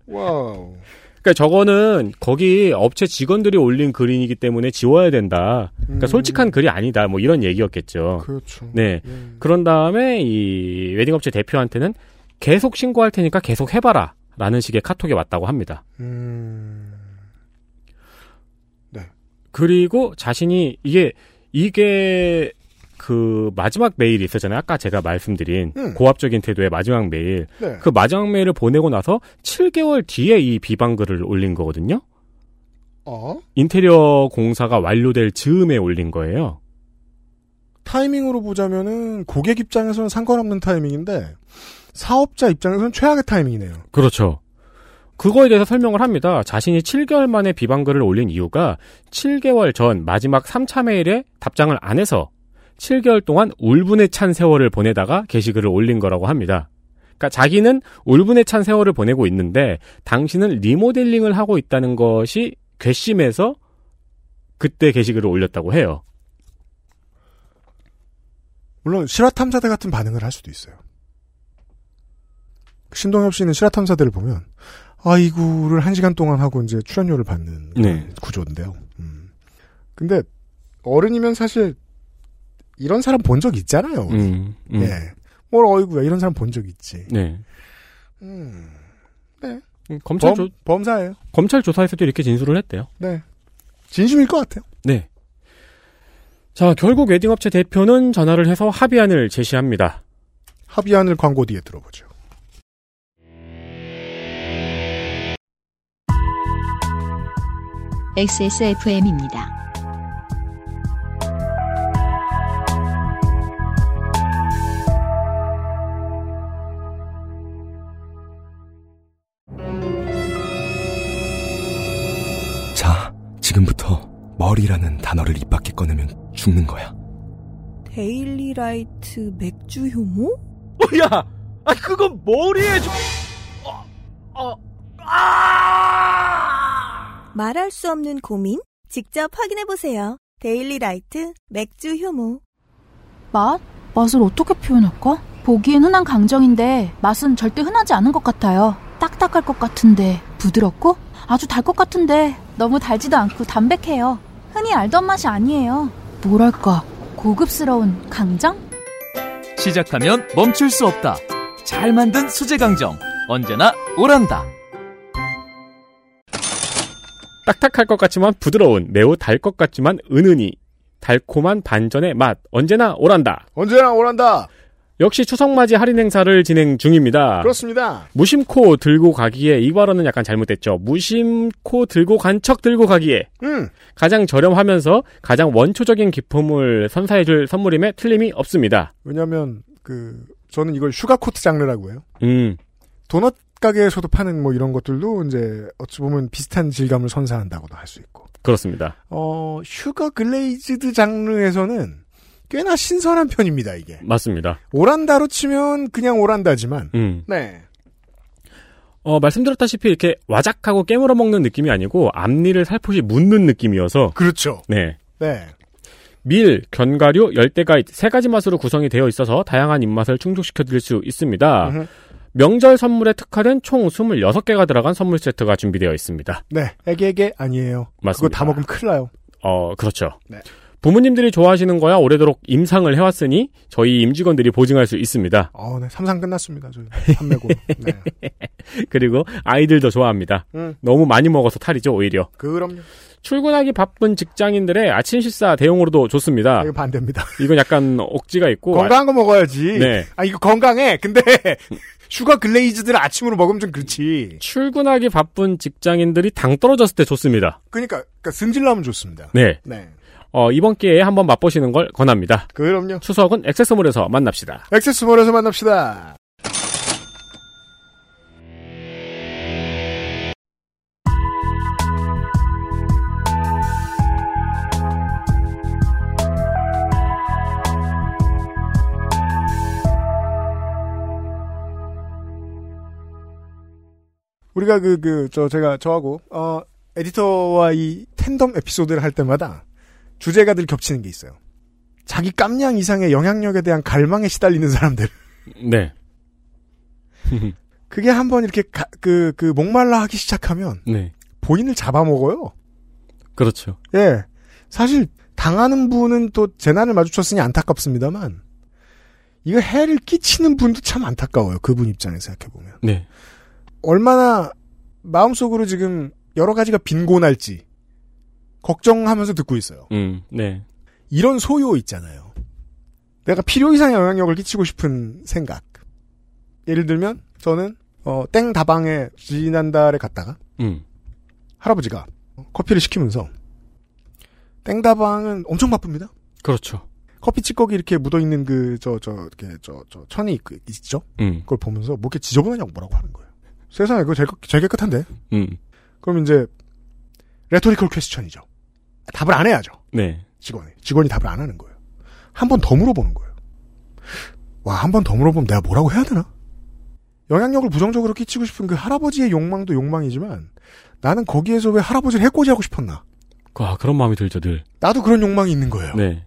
와우. 그러니까 저거는 거기 업체 직원들이 올린 글이기 때문에 지워야 된다. 그러니까 솔직한 글이 아니다. 뭐 이런 얘기였겠죠. 음. 그렇죠. 네. 음. 그런 다음에 이 웨딩업체 대표한테는 계속 신고할 테니까 계속 해봐라. 라는 식의 카톡이 왔다고 합니다. 음. 그리고 자신이 이게, 이게 그 마지막 메일이 있었잖아요. 아까 제가 말씀드린 음. 고압적인 태도의 마지막 메일. 네. 그 마지막 메일을 보내고 나서 7개월 뒤에 이 비방글을 올린 거거든요. 어? 인테리어 공사가 완료될 즈음에 올린 거예요. 타이밍으로 보자면은 고객 입장에서는 상관없는 타이밍인데 사업자 입장에서는 최악의 타이밍이네요. 그렇죠. 그거에 대해서 설명을 합니다. 자신이 7개월 만에 비방글을 올린 이유가 7개월 전 마지막 3차 메일에 답장을 안 해서 7개월 동안 울분에 찬 세월을 보내다가 게시글을 올린 거라고 합니다. 그러니까 자기는 울분에 찬 세월을 보내고 있는데 당신은 리모델링을 하고 있다는 것이 괘씸해서 그때 게시글을 올렸다고 해요. 물론 실화탐사대 같은 반응을 할 수도 있어요. 신동엽 씨는 실화탐사대를 보면 아이구를 한 시간 동안 하고 이제 출연료를 받는 네. 구조인데요. 음. 근데 어른이면 사실 이런 사람 본 적 있잖아요. 음, 음. 예. 뭘 어이구야 이런 사람 본 적 있지. 네. 음. 범, 검찰 조, 범사예요. 검찰 조사에서도 이렇게 진술을 했대요. 네. 진심일 것 같아요. 네. 자, 결국 웨딩업체 대표는 전화를 해서 합의안을 제시합니다. 합의안을 광고 뒤에 들어보죠. XSFM입니다. 자, 지금부터 머리라는 단어를 입 밖에 꺼내면 죽는 거야. 데일리라이트 맥주 효모? 뭐야? 아 그건 머리에 좀... 말할 수 없는 고민? 직접 확인해보세요. 데일리라이트 맥주 효모. 맛? 맛을 어떻게 표현할까? 보기엔 흔한 강정인데 맛은 절대 흔하지 않은 것 같아요. 딱딱할 것 같은데 부드럽고 아주 달 것 같은데 너무 달지도 않고 담백해요. 흔히 알던 맛이 아니에요. 뭐랄까 고급스러운 강정? 시작하면 멈출 수 없다. 잘 만든 수제 강정 언제나 오란다. 딱딱할 것 같지만 부드러운, 매우 달 것 같지만 은은히 달콤한 반전의 맛 언제나 오란다. 언제나 오란다. 역시 추석 맞이 할인 행사를 진행 중입니다. 그렇습니다. 무심코 들고 가기에 이 발언은 약간 잘못됐죠. 무심코 들고 간 척 들고 가기에 음. 가장 저렴하면서 가장 원초적인 기품을 선사해줄 선물임에 틀림이 없습니다. 왜냐하면 그 저는 이걸 슈가 코트 장르라고 해요. 음, 도넛 가게에서도 파는 뭐 이런 것들도 이제 어찌 보면 비슷한 질감을 선사한다고도 할 수 있고. 그렇습니다. 어 슈가 글레이즈드 장르에서는 꽤나 신선한 편입니다 이게. 맞습니다. 오란다로 치면 그냥 오란다지만. 음. 네. 어, 말씀드렸다시피 이렇게 와작하고 깨물어 먹는 느낌이 아니고 앞니를 살포시 묻는 느낌이어서 그렇죠. 네. 네. 밀, 견과류, 열대과일 세 가지 맛으로 구성이 되어 있어서 다양한 입맛을 충족시켜 드릴 수 있습니다. 음흠. 명절 선물에 특화된 총 26개가 들어간 선물 세트가 준비되어 있습니다. 네. 애기에게 아니에요. 그거 맞습니다. 다 먹으면 큰일 나요. 어, 그렇죠. 네. 부모님들이 좋아하시는 거야 오래도록 임상을 해왔으니 저희 임직원들이 보증할 수 있습니다. 어, 네. 삼상 끝났습니다. 저희 판매고. 네. 그리고 아이들도 좋아합니다. 음. 너무 많이 먹어서 탈이죠, 오히려. 그럼요. 출근하기 바쁜 직장인들의 아침 식사 대용으로도 좋습니다. 이거 반대입니다. 이건 약간 억지가 있고 건강한 거 먹어야지. 네. 아 이거 건강해. 근데 슈가 글레이즈들 아침으로 먹으면 좀 그렇지. 출근하기 바쁜 직장인들이 당 떨어졌을 때 좋습니다. 그러니까, 그러니까 승질나면 좋습니다. 네. 네. 어, 이번 기회에 한번 맛보시는 걸 권합니다. 그럼요. 추석은 액세스몰에서 만납시다. 액세스몰에서 만납시다. 우리가 그 그 저 제가 저하고 어 에디터와 이 텐덤 에피소드를 할 때마다 주제가 늘 겹치는 게 있어요. 자기 깜냥 이상의 영향력에 대한 갈망에 시달리는 사람들. 네. 그게 한번 이렇게 가- 그, 그, 목말라 하기 시작하면 네. 본인을 잡아먹어요. 그렇죠. 예. 사실, 당하는 분은 또 재난을 마주쳤으니 안타깝습니다만, 이거 해를 끼치는 분도 참 안타까워요. 그분 입장에 생각해보면. 네. 얼마나 마음속으로 지금 여러 가지가 빈곤할지, 걱정하면서 듣고 있어요. 음. 네. 이런 소요 있잖아요. 내가 필요 이상의 영향력을 끼치고 싶은 생각. 예를 들면 저는 어, 땡 다방에 지난달에 갔다가 음. 할아버지가 커피를 시키면서 땡 다방은 엄청 바쁩니다. 그렇죠. 커피 찌꺼기 이렇게 묻어 있는 그 저 저 이렇게 저 저 천이 그 있죠. 음. 그걸 보면서 뭐 이렇게 지저분하냐고 뭐라고 하는 거예요. 세상에 그거 제일, 깨- 제일 깨끗한데. 음. 그럼 이제 레토리컬 퀘스천이죠. 답을 안 해야죠. 네. 직원이. 직원이 답을 안 하는 거예요. 한 번 더 물어보는 거예요. 와, 한 번 더 물어보면 내가 뭐라고 해야 되나? 영향력을 부정적으로 끼치고 싶은 그 할아버지의 욕망도 욕망이지만 나는 거기에서 왜 할아버지를 해코지하고 싶었나? 아, 그런 마음이 들죠, 늘. 나도 그런 욕망이 있는 거예요. 네.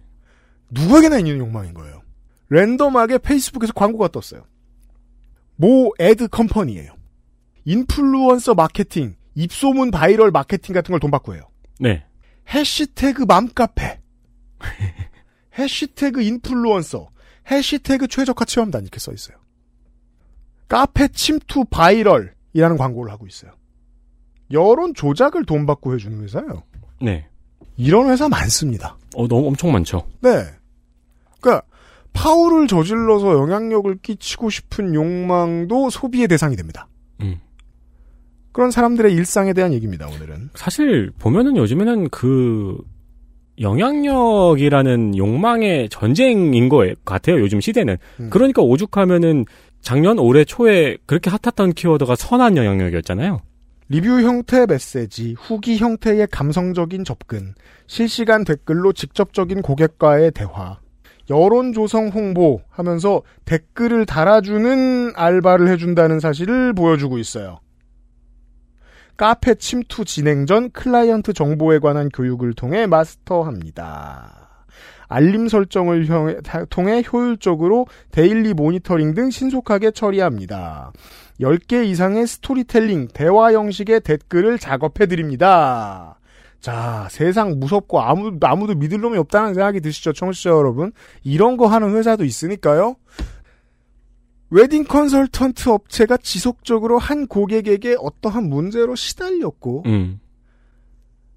누구에게나 있는 욕망인 거예요. 랜덤하게 페이스북에서 광고가 떴어요. 모 애드 컴퍼니예요. 인플루언서 마케팅, 입소문 바이럴 마케팅 같은 걸 돈 받고 해요. 네. 해시태그 맘카페, 해시태그 인플루언서, 해시태그 최적화 체험단 이렇게 써 있어요. 카페 침투 바이럴이라는 광고를 하고 있어요. 여론 조작을 돈 받고 해주는 회사예요. 네. 이런 회사 많습니다. 어, 너무 엄청 많죠. 네. 그러니까 파울을 저질러서 영향력을 끼치고 싶은 욕망도 소비의 대상이 됩니다. 음. 그런 사람들의 일상에 대한 얘기입니다. 오늘은 사실 보면은 요즘에는 그 영향력이라는 욕망의 전쟁인 거 같아요. 요즘 시대는. 음. 그러니까 오죽하면은 작년 올해 초에 그렇게 핫했던 키워드가 선한 영향력이었잖아요. 리뷰 형태의 메시지, 후기 형태의 감성적인 접근, 실시간 댓글로 직접적인 고객과의 대화, 여론 조성 홍보 하면서 댓글을 달아주는 알바를 해준다는 사실을 보여주고 있어요. 카페 침투 진행 전 클라이언트 정보에 관한 교육을 통해 마스터합니다. 알림 설정을 형- 다- 통해 효율적으로 데일리 모니터링 등 신속하게 처리합니다. 10개 이상의 스토리텔링, 대화 형식의 댓글을 작업해드립니다. 자, 세상 무섭고 아무, 아무도 믿을 놈이 없다는 생각이 드시죠, 청취자 여러분? 이런 거 하는 회사도 있으니까요. 웨딩 컨설턴트 업체가 지속적으로 한 고객에게 어떠한 문제로 시달렸고, 음.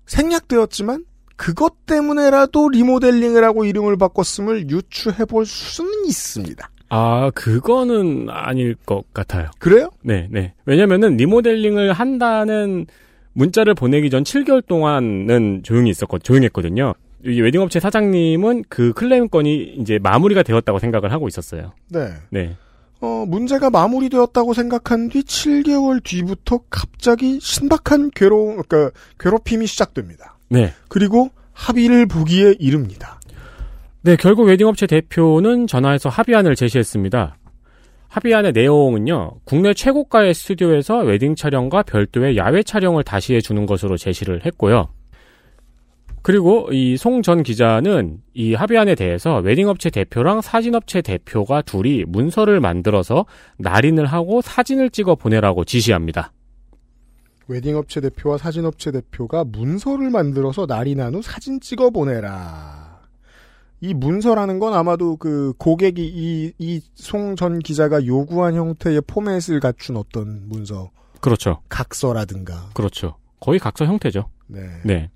생략되었지만, 그것 때문에라도 리모델링을 하고 이름을 바꿨음을 유추해볼 수는 있습니다. 아, 그거는 아닐 것 같아요. 그래요? 네, 네. 왜냐면은 리모델링을 한다는 문자를 보내기 전 7개월 동안은 조용히 있었고 조용했거든요. 이 웨딩 업체 사장님은 그 클레임 건이 이제 마무리가 되었다고 생각을 하고 있었어요. 네. 네. 어, 문제가 마무리되었다고 생각한 뒤 7개월 뒤부터 갑자기 신박한 괴로, 그러니까 괴롭힘이 시작됩니다. 네. 그리고 합의를 보기에 이릅니다. 네, 결국 웨딩업체 대표는 전화해서 합의안을 제시했습니다. 합의안의 내용은요, 국내 최고가의 스튜디오에서 웨딩 촬영과 별도의 야외 촬영을 다시 해주는 것으로 제시를 했고요. 그리고 이 송 전 기자는 이 합의안에 대해서 웨딩업체 대표랑 사진업체 대표가 둘이 문서를 만들어서 날인을 하고 사진을 찍어 보내라고 지시합니다. 웨딩업체 대표와 사진업체 대표가 문서를 만들어서 날인한 후 사진 찍어 보내라. 이 문서라는 건 아마도 그 고객이 이, 이 송 전 기자가 요구한 형태의 포맷을 갖춘 어떤 문서, 그렇죠. 각서라든가. 그렇죠. 거의 각서 형태죠. 네. 네.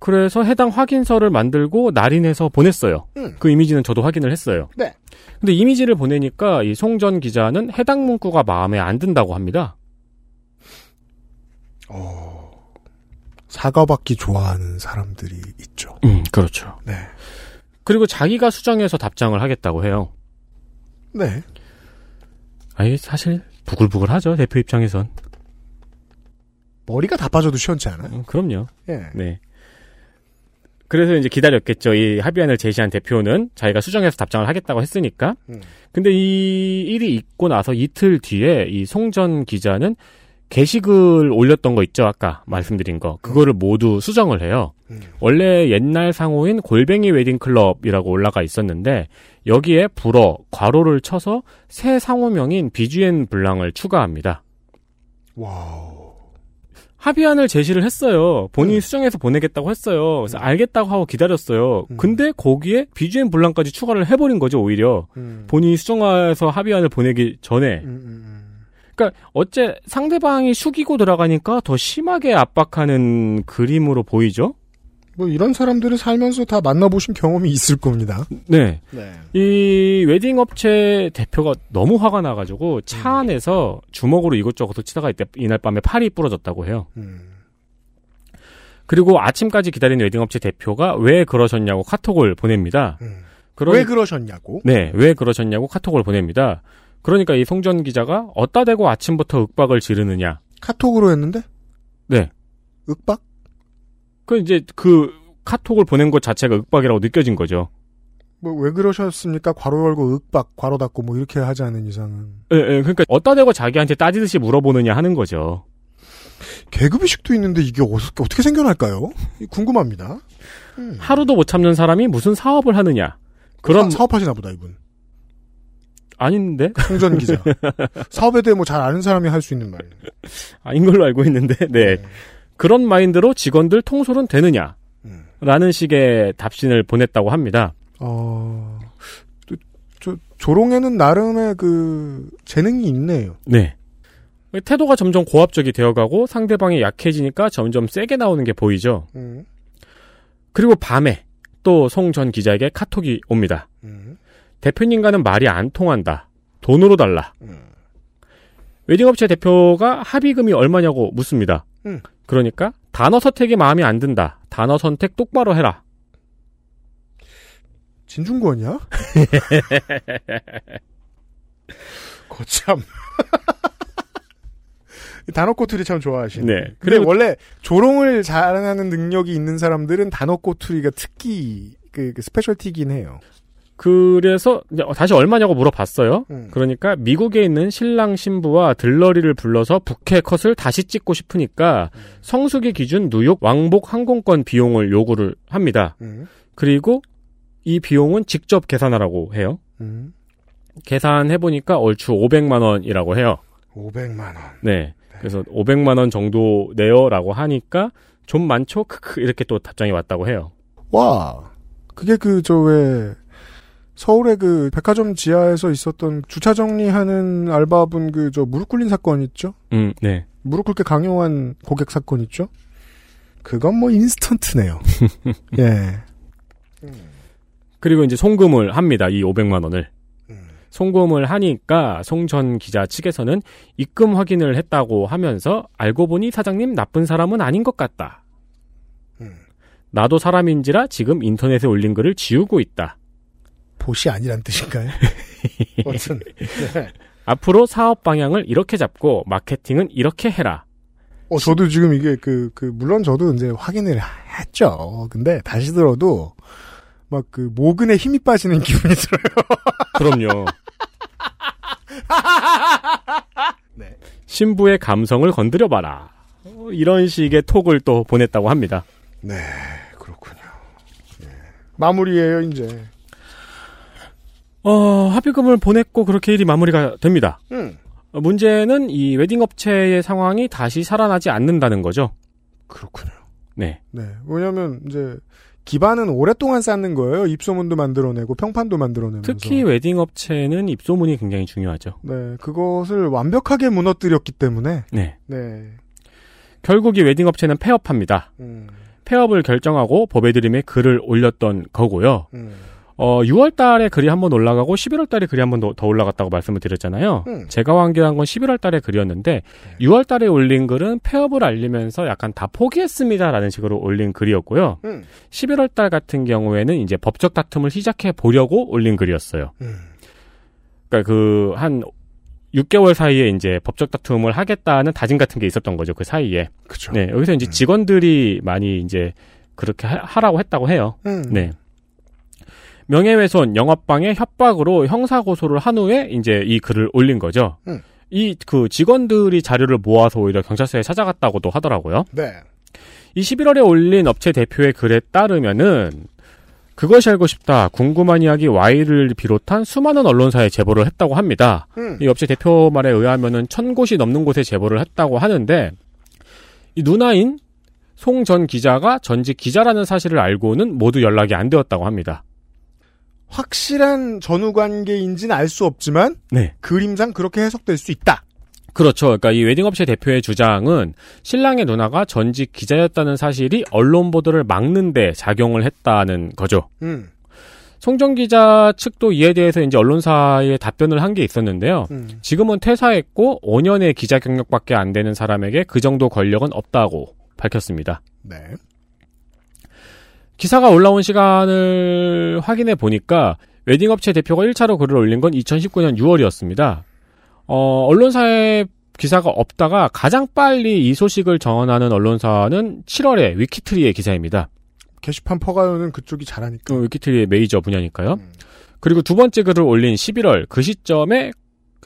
그래서 해당 확인서를 만들고 날인해서 보냈어요. 음. 그 이미지는 저도 확인을 했어요. 네. 근데 이미지를 보내니까 이 송 전 기자는 해당 문구가 마음에 안 든다고 합니다. 어, 사과받기 좋아하는 사람들이 있죠. 음, 그렇죠. 네. 그리고 자기가 수정해서 답장을 하겠다고 해요. 네. 아니, 사실 부글부글하죠. 대표 입장에선. 머리가 다 빠져도 시원치 않아요. 음, 그럼요. 예. 네. 그래서 이제 기다렸겠죠. 이 합의안을 제시한 대표는 자기가 수정해서 답장을 하겠다고 했으니까. 음. 근데 이 일이 있고 나서 이틀 뒤에 이 송 전 기자는 게시글 올렸던 거 있죠. 아까 말씀드린 거. 그거를 모두 수정을 해요. 음. 원래 옛날 상호인 골뱅이 웨딩클럽이라고 올라가 있었는데 여기에 불어 괄호를 쳐서 새 상호명인 비주엔 블랑을 추가합니다. 와우. 합의안을 제시를 했어요. 음. 본인이 수정해서 보내겠다고 했어요. 그래서 알겠다고 하고 기다렸어요. 음. 근데 거기에 BGM 분량까지 추가를 해버린 거죠, 오히려. 음. 본인이 수정해서 합의안을 보내기 전에. 음, 음, 그러니까 어째 상대방이 숙이고 들어가니까 더 심하게 압박하는 그림으로 보이죠? 음. 뭐 이런 사람들을 살면서 다 만나보신 경험이 있을 겁니다. 네. 네. 이 웨딩 업체 대표가 너무 화가 나가지고 음. 차 안에서 주먹으로 이것저것 치다가 이때, 이날 밤에 팔이 부러졌다고 해요. 음. 그리고 아침까지 기다린 웨딩업체 대표가 왜 그러셨냐고 카톡을 보냅니다. 음. 그러- 왜 그러셨냐고. 네, 왜 그러셨냐고 카톡을 보냅니다. 그러니까 이 송전 기자가 어따 대고 아침부터 윽박을 지르느냐. 카톡으로 했는데? 네. 윽박? 그 이제 그 카톡을 보낸 것 자체가 윽박이라고 느껴진 거죠. 뭐 왜 그러셨습니까? 괄호 열고 윽박, 괄호 닫고 뭐 이렇게 하지 않은 이상은 예, 예. 그러니까 어따 대고 자기한테 따지듯이 물어보느냐 하는 거죠. 계급의식도 있는데 이게 어떻게 어떻게 생겨날까요? 궁금합니다. 음. 하루도 못 참는 사람이 무슨 사업을 하느냐. 그럼 사, 업하시나 보다 이분. 아닌데 홍전 기자. 사업에 대해 뭐 잘 아는 사람이 할 수 있는 말. 아닌 걸로 알고 있는데 네 그런 마인드로 직원들 통솔은 되느냐. 음. 라는 식의 답신을 보냈다고 합니다. 어, 또, 저, 조롱에는 나름의 그 재능이 있네요. 네. 태도가 점점 고압적이 되어가고 상대방이 약해지니까 점점 세게 나오는 게 보이죠. 음, 그리고 밤에 또 송 전 기자에게 카톡이 옵니다. 음, 대표님과는 말이 안 통한다. 돈으로 달라. 음. 웨딩업체 대표가 합의금이 얼마냐고 묻습니다. 음. 그러니까 단어 선택이 마음에 안 든다. 단어 선택 똑바로 해라. 진중권이야? 그 거참. 이 단어 꼬투리 참 좋아하시네. 네. 근데 그리고- 원래 조롱을 잘하는 능력이 있는 사람들은 단어 꼬투리가 특기, 그, 그 스페셜티긴 해요. 그래서 이제 다시 얼마냐고 물어봤어요. 음. 그러니까 미국에 있는 신랑 신부와 들러리를 불러서 부케 컷을 다시 찍고 싶으니까 성수기 기준 뉴욕 왕복 항공권 비용을 요구를 합니다. 음, 그리고 이 비용은 직접 계산하라고 해요. 음. 계산해보니까 얼추 500만 원이라고 해요. 500만원. 네. 그래서 500만 원 정도 내요라고 하니까 좀 많죠? 크크 이렇게 또 답장이 왔다고 해요. 와. 그게 그, 저, 왜, 서울의 그, 백화점 지하에서 있었던 주차 정리하는 알바분 그, 저, 무릎 꿇린 사건 있죠? 음, 네. 무릎 꿇게 강요한 고객 사건 있죠? 그건 뭐 인스턴트네요. 예. 그리고 이제 송금을 합니다. 이 500만 원을. 음. 송금을 하니까 송 전 기자 측에서는 입금 확인을 했다고 하면서 알고 보니 사장님 나쁜 사람은 아닌 것 같다. 음. 나도 사람인지라 지금 인터넷에 올린 글을 지우고 있다. 보시 아니란 뜻인가요? 어쨌든. 네. 앞으로 사업 방향을 이렇게 잡고 마케팅은 이렇게 해라. 어, 저도 지금 이게 그, 그, 물론 저도 이제 확인을 했죠. 근데 다시 들어도 막 그 모근에 힘이 빠지는 기분이 들어요. 그럼요. 네. 신부의 감성을 건드려 봐라. 뭐 이런 식의 톡을 또 보냈다고 합니다. 네, 그렇군요. 예. 마무리예요, 이제. 어, 합의금을 보냈고 그렇게 일이 마무리가 됩니다. 음. 어, 문제는 이 웨딩 업체의 상황이 다시 살아나지 않는다는 거죠. 그렇군요. 네. 네. 왜냐면 이제 기반은 오랫동안 쌓는 거예요. 입소문도 만들어내고 평판도 만들어내면서. 특히 웨딩 업체는 입소문이 굉장히 중요하죠. 네, 그것을 완벽하게 무너뜨렸기 때문에 네. 네. 결국 이 웨딩 업체는 폐업합니다. 음. 폐업을 결정하고 법에드림에 글을 올렸던 거고요. 음. 어, 6월 달에 글이 한 번 올라가고 11월 달에 글이 한 번 더 올라갔다고 말씀을 드렸잖아요. 음. 네. 제가 완결한 건 11월 달에 글이었는데 6월 달에 올린 글은 폐업을 알리면서 약간 다 포기했습니다라는 식으로 올린 글이었고요. 음. 11월 달 같은 경우에는 이제 법적 다툼을 시작해 보려고 올린 글이었어요. 음. 그러니까 그 한 6개월 사이에 이제 법적 다툼을 하겠다는 다짐 같은 게 있었던 거죠. 그 사이에. 그죠. 네, 여기서 이제 음. 직원들이 많이 이제 그렇게 하- 하라고 했다고 해요. 음. 네. 명예훼손, 영업방해, 협박으로 형사고소를 한 후에 이제 이 글을 올린 거죠. 음. 이 그 직원들이 자료를 모아서 오히려 경찰서에 찾아갔다고도 하더라고요. 네. 이 11월에 올린 업체 대표의 글에 따르면은 그것이 알고 싶다. 궁금한 이야기 Y를 비롯한 수많은 언론사에 제보를 했다고 합니다. 음. 이 업체 대표 말에 의하면은 천 곳이 넘는 곳에 제보를 했다고 하는데 이 누나인 송 전 기자가 전직 기자라는 사실을 알고는 모두 연락이 안 되었다고 합니다. 확실한 전후 관계인지는 알 수 없지만 네. 그림상 그렇게 해석될 수 있다. 그렇죠. 그러니까 이 웨딩업체 대표의 주장은 신랑의 누나가 전직 기자였다는 사실이 언론 보도를 막는데 작용을 했다는 거죠. 음. 송정 기자 측도 이에 대해서 이제 언론사에 답변을 한 게 있었는데요. 음. 지금은 퇴사했고 5년의 기자 경력밖에 안 되는 사람에게 그 정도 권력은 없다고 밝혔습니다. 네. 기사가 올라온 시간을 확인해 보니까 웨딩업체 대표가 1차로 글을 올린 건 2019년 6월이었습니다. 어, 언론사에 기사가 없다가 가장 빨리 이 소식을 전하는 언론사는 7월에 위키트리의 기사입니다. 게시판 퍼가요는 그쪽이 잘하니까. 그 위키트리의 메이저 분야니까요. 음. 그리고 두 번째 글을 올린 11월 그 시점에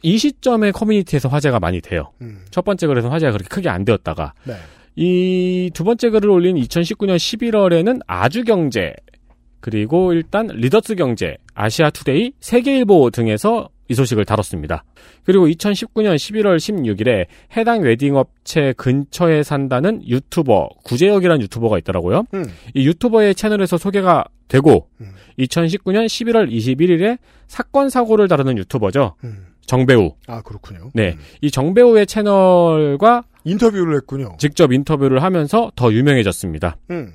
이 시점에 커뮤니티에서 화제가 많이 돼요. 음. 첫 번째 글에서 화제가 그렇게 크게 안 되었다가 네. 이 두 번째 글을 올린 2019년 11월에는 아주경제 그리고 일단 리더스 경제, 아시아투데이, 세계일보 등에서 이 소식을 다뤘습니다. 그리고 2019년 11월 16일에 해당 웨딩업체 근처에 산다는 유튜버 구재혁이라는 유튜버가 있더라고요. 음. 이 유튜버의 채널에서 소개가 되고 음. 2019년 11월 21일에 사건 사고를 다루는 유튜버죠. 음. 정배우. 아 그렇군요. 네. 음. 이 정배우의 채널과 인터뷰를 했군요. 직접 인터뷰를 하면서 더 유명해졌습니다. 음.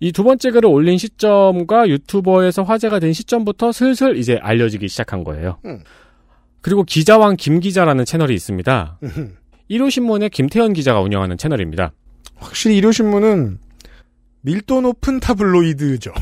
이 두 번째 글을 올린 시점과 유튜버에서 화제가 된 시점부터 슬슬 이제 알려지기 시작한 거예요. 음. 그리고 기자왕 김기자라는 채널이 있습니다. 음. 일요신문의 김태현 기자가 운영하는 채널입니다. 확실히 일요신문은 밀도 높은 타블로이드죠.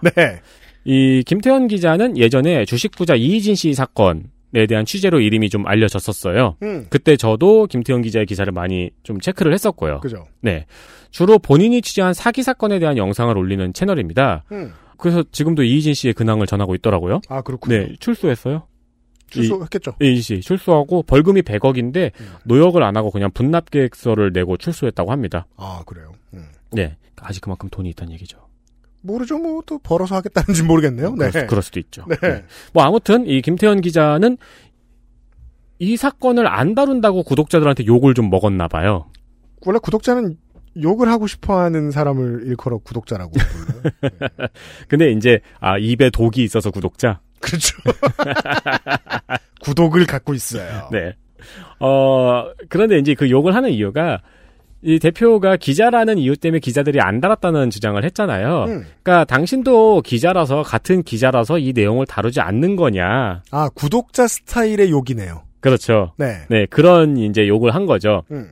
네. 이 김태현 기자는 예전에 주식부자 이희진 씨 사건에 대한 취재로 이름이 좀 알려졌었어요. 음. 그때 저도 김태현 기자의 기사를 많이 좀 체크를 했었고요. 그죠. 네. 주로 본인이 취재한 사기 사건에 대한 영상을 올리는 채널입니다. 음. 그래서 지금도 이희진 씨의 근황을 전하고 있더라고요. 아 그렇군요. 네, 출소했어요. 음. 출소했겠죠. 이희진 씨 출소하고 벌금이 100억인데 노역을 안 하고 그냥 분납 계획서를 내고 출소했다고 합니다. 아 그래요. 음. 네. 아직 그만큼 돈이 있다는 얘기죠. 모르죠. 뭐 또 벌어서 하겠다는지 모르겠네요. 네. 그럴, 수, 그럴 수도 있죠. 네. 네. 뭐 아무튼 이 김태현 기자는 이 사건을 안 다룬다고 구독자들한테 욕을 좀 먹었나 봐요. 원래 구독자는 욕을 하고 싶어하는 사람을 일컬어 구독자라고 불러요. 근데 이제 아 입에 독이 있어서 구독자. 그렇죠. 구독을 갖고 있어요. 네. 어 그런데 이제 그 욕을 하는 이유가 이 대표가 기자라는 이유 때문에 기자들이 안 달았다는 주장을 했잖아요. 음. 그러니까 당신도 기자라서 같은 기자라서 이 내용을 다루지 않는 거냐. 아 구독자 스타일의 욕이네요. 그렇죠. 네. 네, 그런 이제 욕을 한 거죠. 음.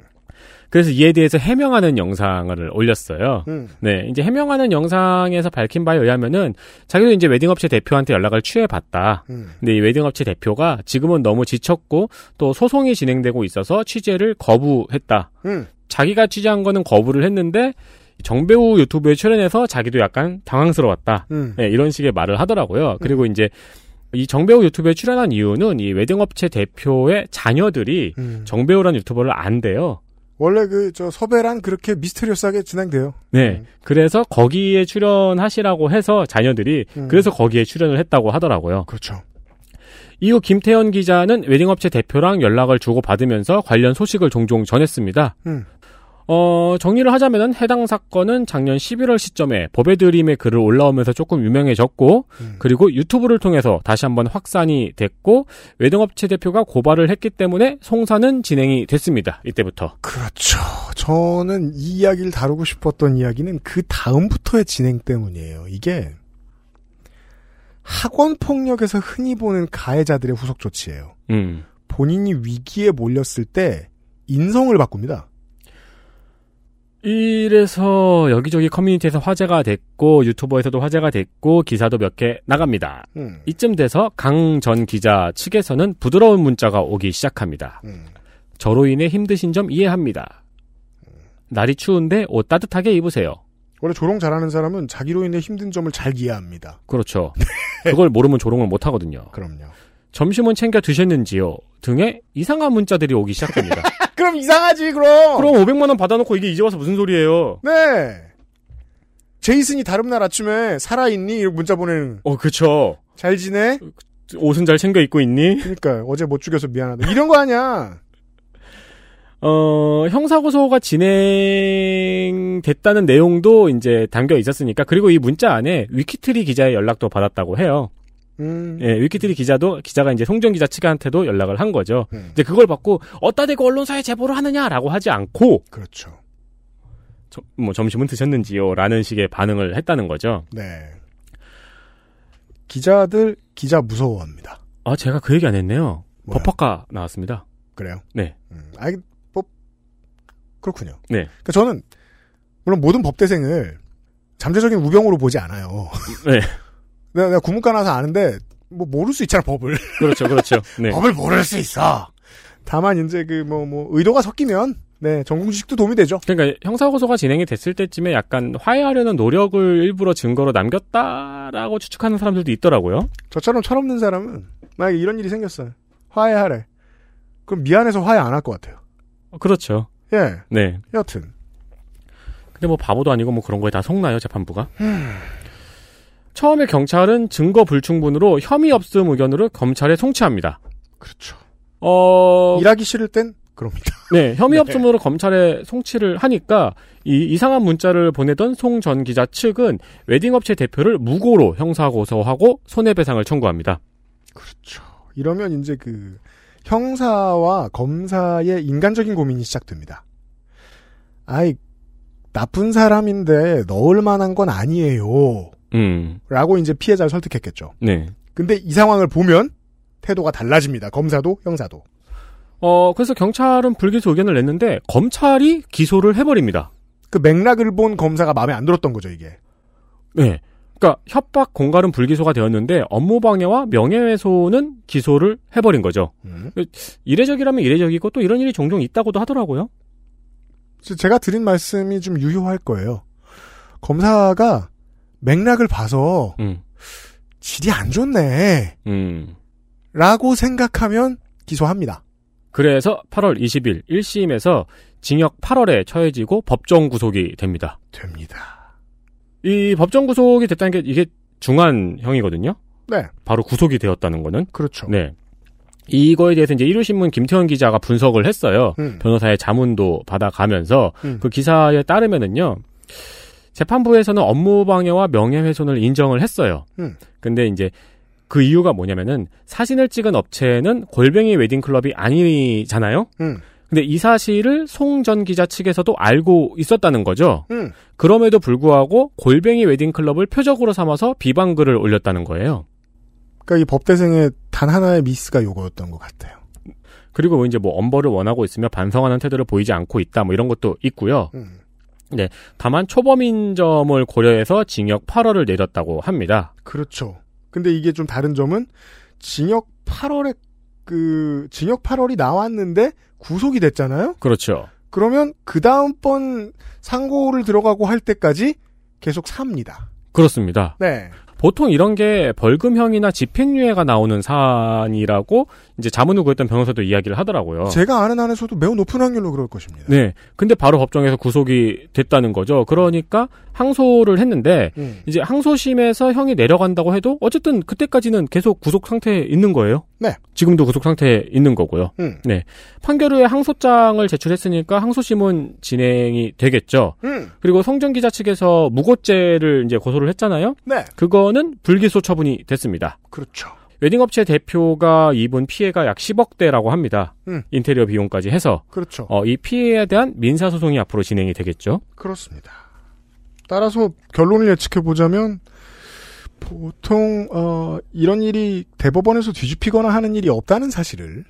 그래서 이에 대해서 해명하는 영상을 올렸어요. 음. 네, 이제 해명하는 영상에서 밝힌 바에 의하면은 자기도 이제 웨딩업체 대표한테 연락을 취해봤다. 음. 근데 이 웨딩업체 대표가 지금은 너무 지쳤고 또 소송이 진행되고 있어서 취재를 거부했다. 음. 자기가 취재한 거는 거부를 했는데 정배우 유튜브에 출연해서 자기도 약간 당황스러웠다. 음. 네, 이런 식의 말을 하더라고요. 그리고 이제 이 정배우 유튜브에 출연한 이유는 이 웨딩업체 대표의 자녀들이 음. 정배우란 유튜버를 안 돼요. 원래 그 저 섭외란 그렇게 미스터리어스하게 진행돼요. 네. 음. 그래서 거기에 출연하시라고 해서 자녀들이 음. 그래서 거기에 출연을 했다고 하더라고요. 그렇죠. 이후 김태현 기자는 웨딩업체 대표랑 연락을 주고받으면서 관련 소식을 종종 전했습니다. 음. 어, 정리를 하자면은 해당 사건은 작년 11월 시점에 법의 드림의 글을 올라오면서 조금 유명해졌고, 음. 그리고 유튜브를 통해서 다시 한번 확산이 됐고, 웨딩업체 대표가 고발을 했기 때문에 송사는 진행이 됐습니다. 이때부터. 그렇죠. 저는 이 이야기를 다루고 싶었던 이야기는 그 다음부터의 진행 때문이에요. 이게 학원 폭력에서 흔히 보는 가해자들의 후속 조치예요. 음. 본인이 위기에 몰렸을 때 인성을 바꿉니다. 이래서 여기저기 커뮤니티에서 화제가 됐고, 유튜버에서도 화제가 됐고, 기사도 몇 개 나갑니다. 음. 이쯤 돼서 강 전 기자 측에서는 부드러운 문자가 오기 시작합니다. 음. 저로 인해 힘드신 점 이해합니다. 날이 추운데 옷 따뜻하게 입으세요. 원래 조롱 잘하는 사람은 자기로 인해 힘든 점을 잘 이해합니다. 그렇죠. 그걸 모르면 조롱을 못 하거든요. 그럼요. 점심은 챙겨 드셨는지요? 등의 이상한 문자들이 오기 시작합니다. 아, 그럼 이상하지 그럼. 그럼 500만 원 받아놓고 이게 이제 와서 무슨 소리예요? 네. 제이슨이 다른 날 아침에 살아있니? 이렇게 문자 보내는 어, 그쵸. 잘 지내? 옷은 잘 챙겨 입고 있니? 그러니까 어제 못 죽여서 미안하다. 이런 거 아니야. 어, 형사고소가 진행됐다는 내용도 이제 담겨 있었으니까, 그리고 이 문자 안에 위키트리 기자의 연락도 받았다고 해요. 음. 예, 위키트리 기자도, 기자가 이제 송정 기자 측한테도 연락을 한 거죠. 음. 이제 그걸 받고, 어따 대고 언론사에 제보를 하느냐라고 하지 않고, 그렇죠. 저- 뭐, 점심은 드셨는지요? 라는 식의 반응을 했다는 거죠. 네. 기자들 기자 무서워합니다. 아, 제가 그 얘기 안 했네요. 뭐야? 법학과 나왔습니다. 그래요? 네. 음, 아이 뭐 그렇군요. 네. 그러니까 저는 물론 모든 법대생을 잠재적인 우병우로 보지 않아요. 네. 내가, 내가 국문과 나서 아는데 뭐 모를 수 있잖아 법을. 그렇죠, 그렇죠. 네. 법을 모를 수 있어. 다만 이제 그 뭐 뭐 의도가 섞이면 네 전공 지식도 도움이 되죠. 그러니까 형사고소가 진행이 됐을 때쯤에 약간 화해하려는 노력을 일부러 증거로 남겼다라고 추측하는 사람들도 있더라고요. 저처럼 철없는 사람은 만약에 이런 일이 생겼어요. 화해하래. 그럼 미안해서 화해 안 할 것 같아요. 어, 그렇죠. 예. 네. 여튼 근데 뭐 바보도 아니고 뭐 그런 거에 다 속나요, 재판부가? 처음에 경찰은 증거 불충분으로 혐의 없음 의견으로 검찰에 송치합니다. 그렇죠. 어, 일하기 싫을 땐 그럽니다. 네, 혐의 없음으로 검찰에 송치를 하니까 이 이상한 문자를 보내던 송 전 기자 측은 웨딩업체 대표를 무고로 형사고소하고 손해배상을 청구합니다. 그렇죠. 이러면 이제 그 형사와 검사의 인간적인 고민이 시작됩니다. 아이 나쁜 사람인데 넣을 만한 건 아니에요. 음, 라고 이제 피해자를 설득했겠죠. 네. 근데 이 상황을 보면 태도가 달라집니다. 검사도 형사도. 어, 그래서 경찰은 불기소 의견을 냈는데 검찰이 기소를 해버립니다. 그 맥락을 본 검사가 마음에 안 들었던 거죠, 이게. 네. 그러니까 협박 공갈은 불기소가 되었는데 업무방해와 명예훼손은 기소를 해버린 거죠. 음. 이례적이라면 이례적이고 또 이런 일이 종종 있다고도 하더라고요. 그래서 제가 드린 말씀이 좀 유효할 거예요. 검사가 맥락을 봐서 음, 질이 안 좋네. 음. 라고 생각하면 기소합니다. 그래서 8월 20일 1심에서 징역 8월에 처해지고 법정 구속이 됩니다. 됩니다. 이 법정 구속이 됐다는 게 이게 중한형이거든요. 네. 바로 구속이 되었다는 거는. 그렇죠. 네. 이거에 대해서 이제 일요신문 김태현 기자가 분석을 했어요. 음. 변호사의 자문도 받아가면서 음. 그 기사에 따르면은요. 재판부에서는 업무방해와 명예훼손을 인정을 했어요. 음. 근데 이제 그 이유가 뭐냐면은 사진을 찍은 업체는 골뱅이 웨딩클럽이 아니잖아요. 음. 근데 이 사실을 송 전 기자 측에서도 알고 있었다는 거죠. 음. 그럼에도 불구하고 골뱅이 웨딩클럽을 표적으로 삼아서 비방글을 올렸다는 거예요. 그러니까 이 법대생의 단 하나의 미스가 요거였던 것 같아요. 그리고 뭐 이제 뭐 엄벌을 원하고 있으며 반성하는 태도를 보이지 않고 있다 뭐 이런 것도 있고요. 음. 다만 초범인 점을 고려해서 징역 8월을 내렸다고 합니다. 그렇죠. 근데 이게 좀 다른 점은 징역 8월에 그 징역 8월이 나왔는데 구속이 됐잖아요. 그렇죠. 그러면 그 다음번 상고를 들어가고 할 때까지 계속 삽니다. 그렇습니다. 네. 보통 이런 게 벌금형이나 집행유예가 나오는 사안이라고 이제 자문을 구했던 변호사도 이야기를 하더라고요. 제가 아는 한에서도 매우 높은 확률로 그럴 것입니다. 어. 네. 근데 바로 법정에서 구속이 됐다는 거죠. 그러니까 항소를 했는데 음. 이제 항소심에서 형이 내려간다고 해도 어쨌든 그때까지는 계속 구속 상태에 있는 거예요. 네. 지금도 구속 상태에 있는 거고요. 음. 판결 후에 항소장을 제출했으니까 항소심은 진행이 되겠죠. 음. 그리고 성전 기자 측에서 무고죄를 이제 고소를 했잖아요. 네. 그거는 불기소 처분이 됐습니다. 그렇죠. 웨딩업체 대표가 입은 피해가 약 10억대라고 합니다. 음. 인테리어 비용까지 해서 그렇죠. 어, 이 피해에 대한 민사 소송이 앞으로 진행이 되겠죠. 그렇습니다. 따라서 결론을 예측해 보자면 보통 어, 이런 일이 대법원에서 뒤집히거나 하는 일이 없다는 사실을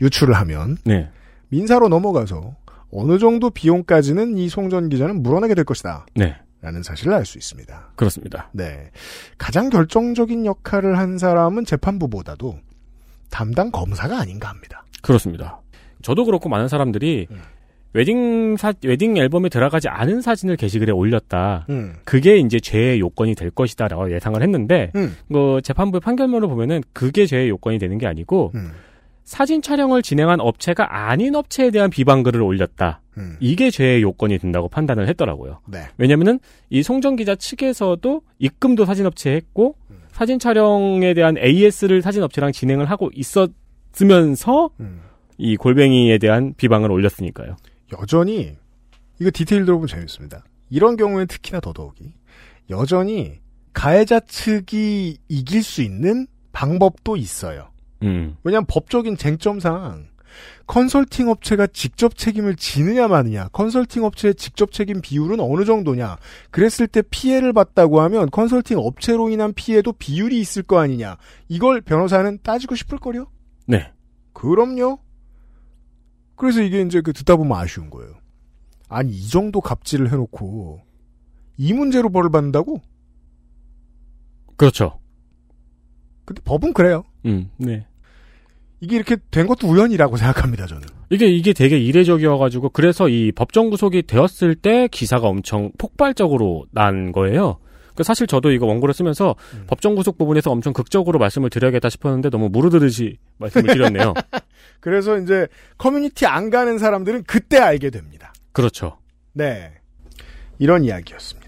유추를 하면 네. 민사로 넘어가서 어느 정도 비용까지는 이 송전 기자는 물어내게 될 것이다. 네. 라는 사실을 알 수 있습니다. 그렇습니다. 네. 가장 결정적인 역할을 한 사람은 재판부보다도 담당 검사가 아닌가 합니다. 그렇습니다. 저도 그렇고 많은 사람들이 음. 웨딩 사, 웨딩 앨범에 들어가지 않은 사진을 게시글에 올렸다. 음. 그게 이제 죄의 요건이 될 것이다라고 예상을 했는데 음. 그 재판부의 판결문을 보면은 그게 죄의 요건이 되는 게 아니고 음. 사진 촬영을 진행한 업체가 아닌 업체에 대한 비방글을 올렸다. 음. 이게 죄의 요건이 된다고 판단을 했더라고요. 네. 왜냐면은 이 송정 기자 측에서도 입금도 사진업체에 했고 사진 촬영에 대한 AS를 사진업체랑 진행을 하고 있었으면서 음. 이 골뱅이에 대한 비방을 올렸으니까요. 여전히 이거 디테일 들어보면 재밌습니다. 이런 경우엔 특히나 더더욱이 여전히 가해자 측이 이길 수 있는 방법도 있어요. 음. 왜냐하면 법적인 쟁점상 컨설팅 업체가 직접 책임을 지느냐 마느냐, 컨설팅 업체의 직접 책임 비율은 어느 정도냐, 그랬을 때 피해를 봤다고 하면 컨설팅 업체로 인한 피해도 비율이 있을 거 아니냐, 이걸 변호사는 따지고 싶을 거요? 네. 그럼요. 그래서 이게 이제 그 듣다 보면 아쉬운 거예요. 아니 이 정도 갑질을 해놓고 이 문제로 벌을 받는다고? 그렇죠. 근데 법은 그래요. 음, 네. 이게 이렇게 된 것도 우연이라고 생각합니다, 저는. 이게 이게 되게 이례적이어가지고 그래서 이 법정 구속이 되었을 때 기사가 엄청 폭발적으로 난 거예요. 그 사실 저도 이거 원고를 쓰면서 법정 구속 부분에서 엄청 극적으로 말씀을 드려야겠다 싶었는데 너무 무르드듯이 말씀을 드렸네요. 그래서 이제 커뮤니티 안 가는 사람들은 그때 알게 됩니다. 그렇죠. 네. 이런 이야기였습니다.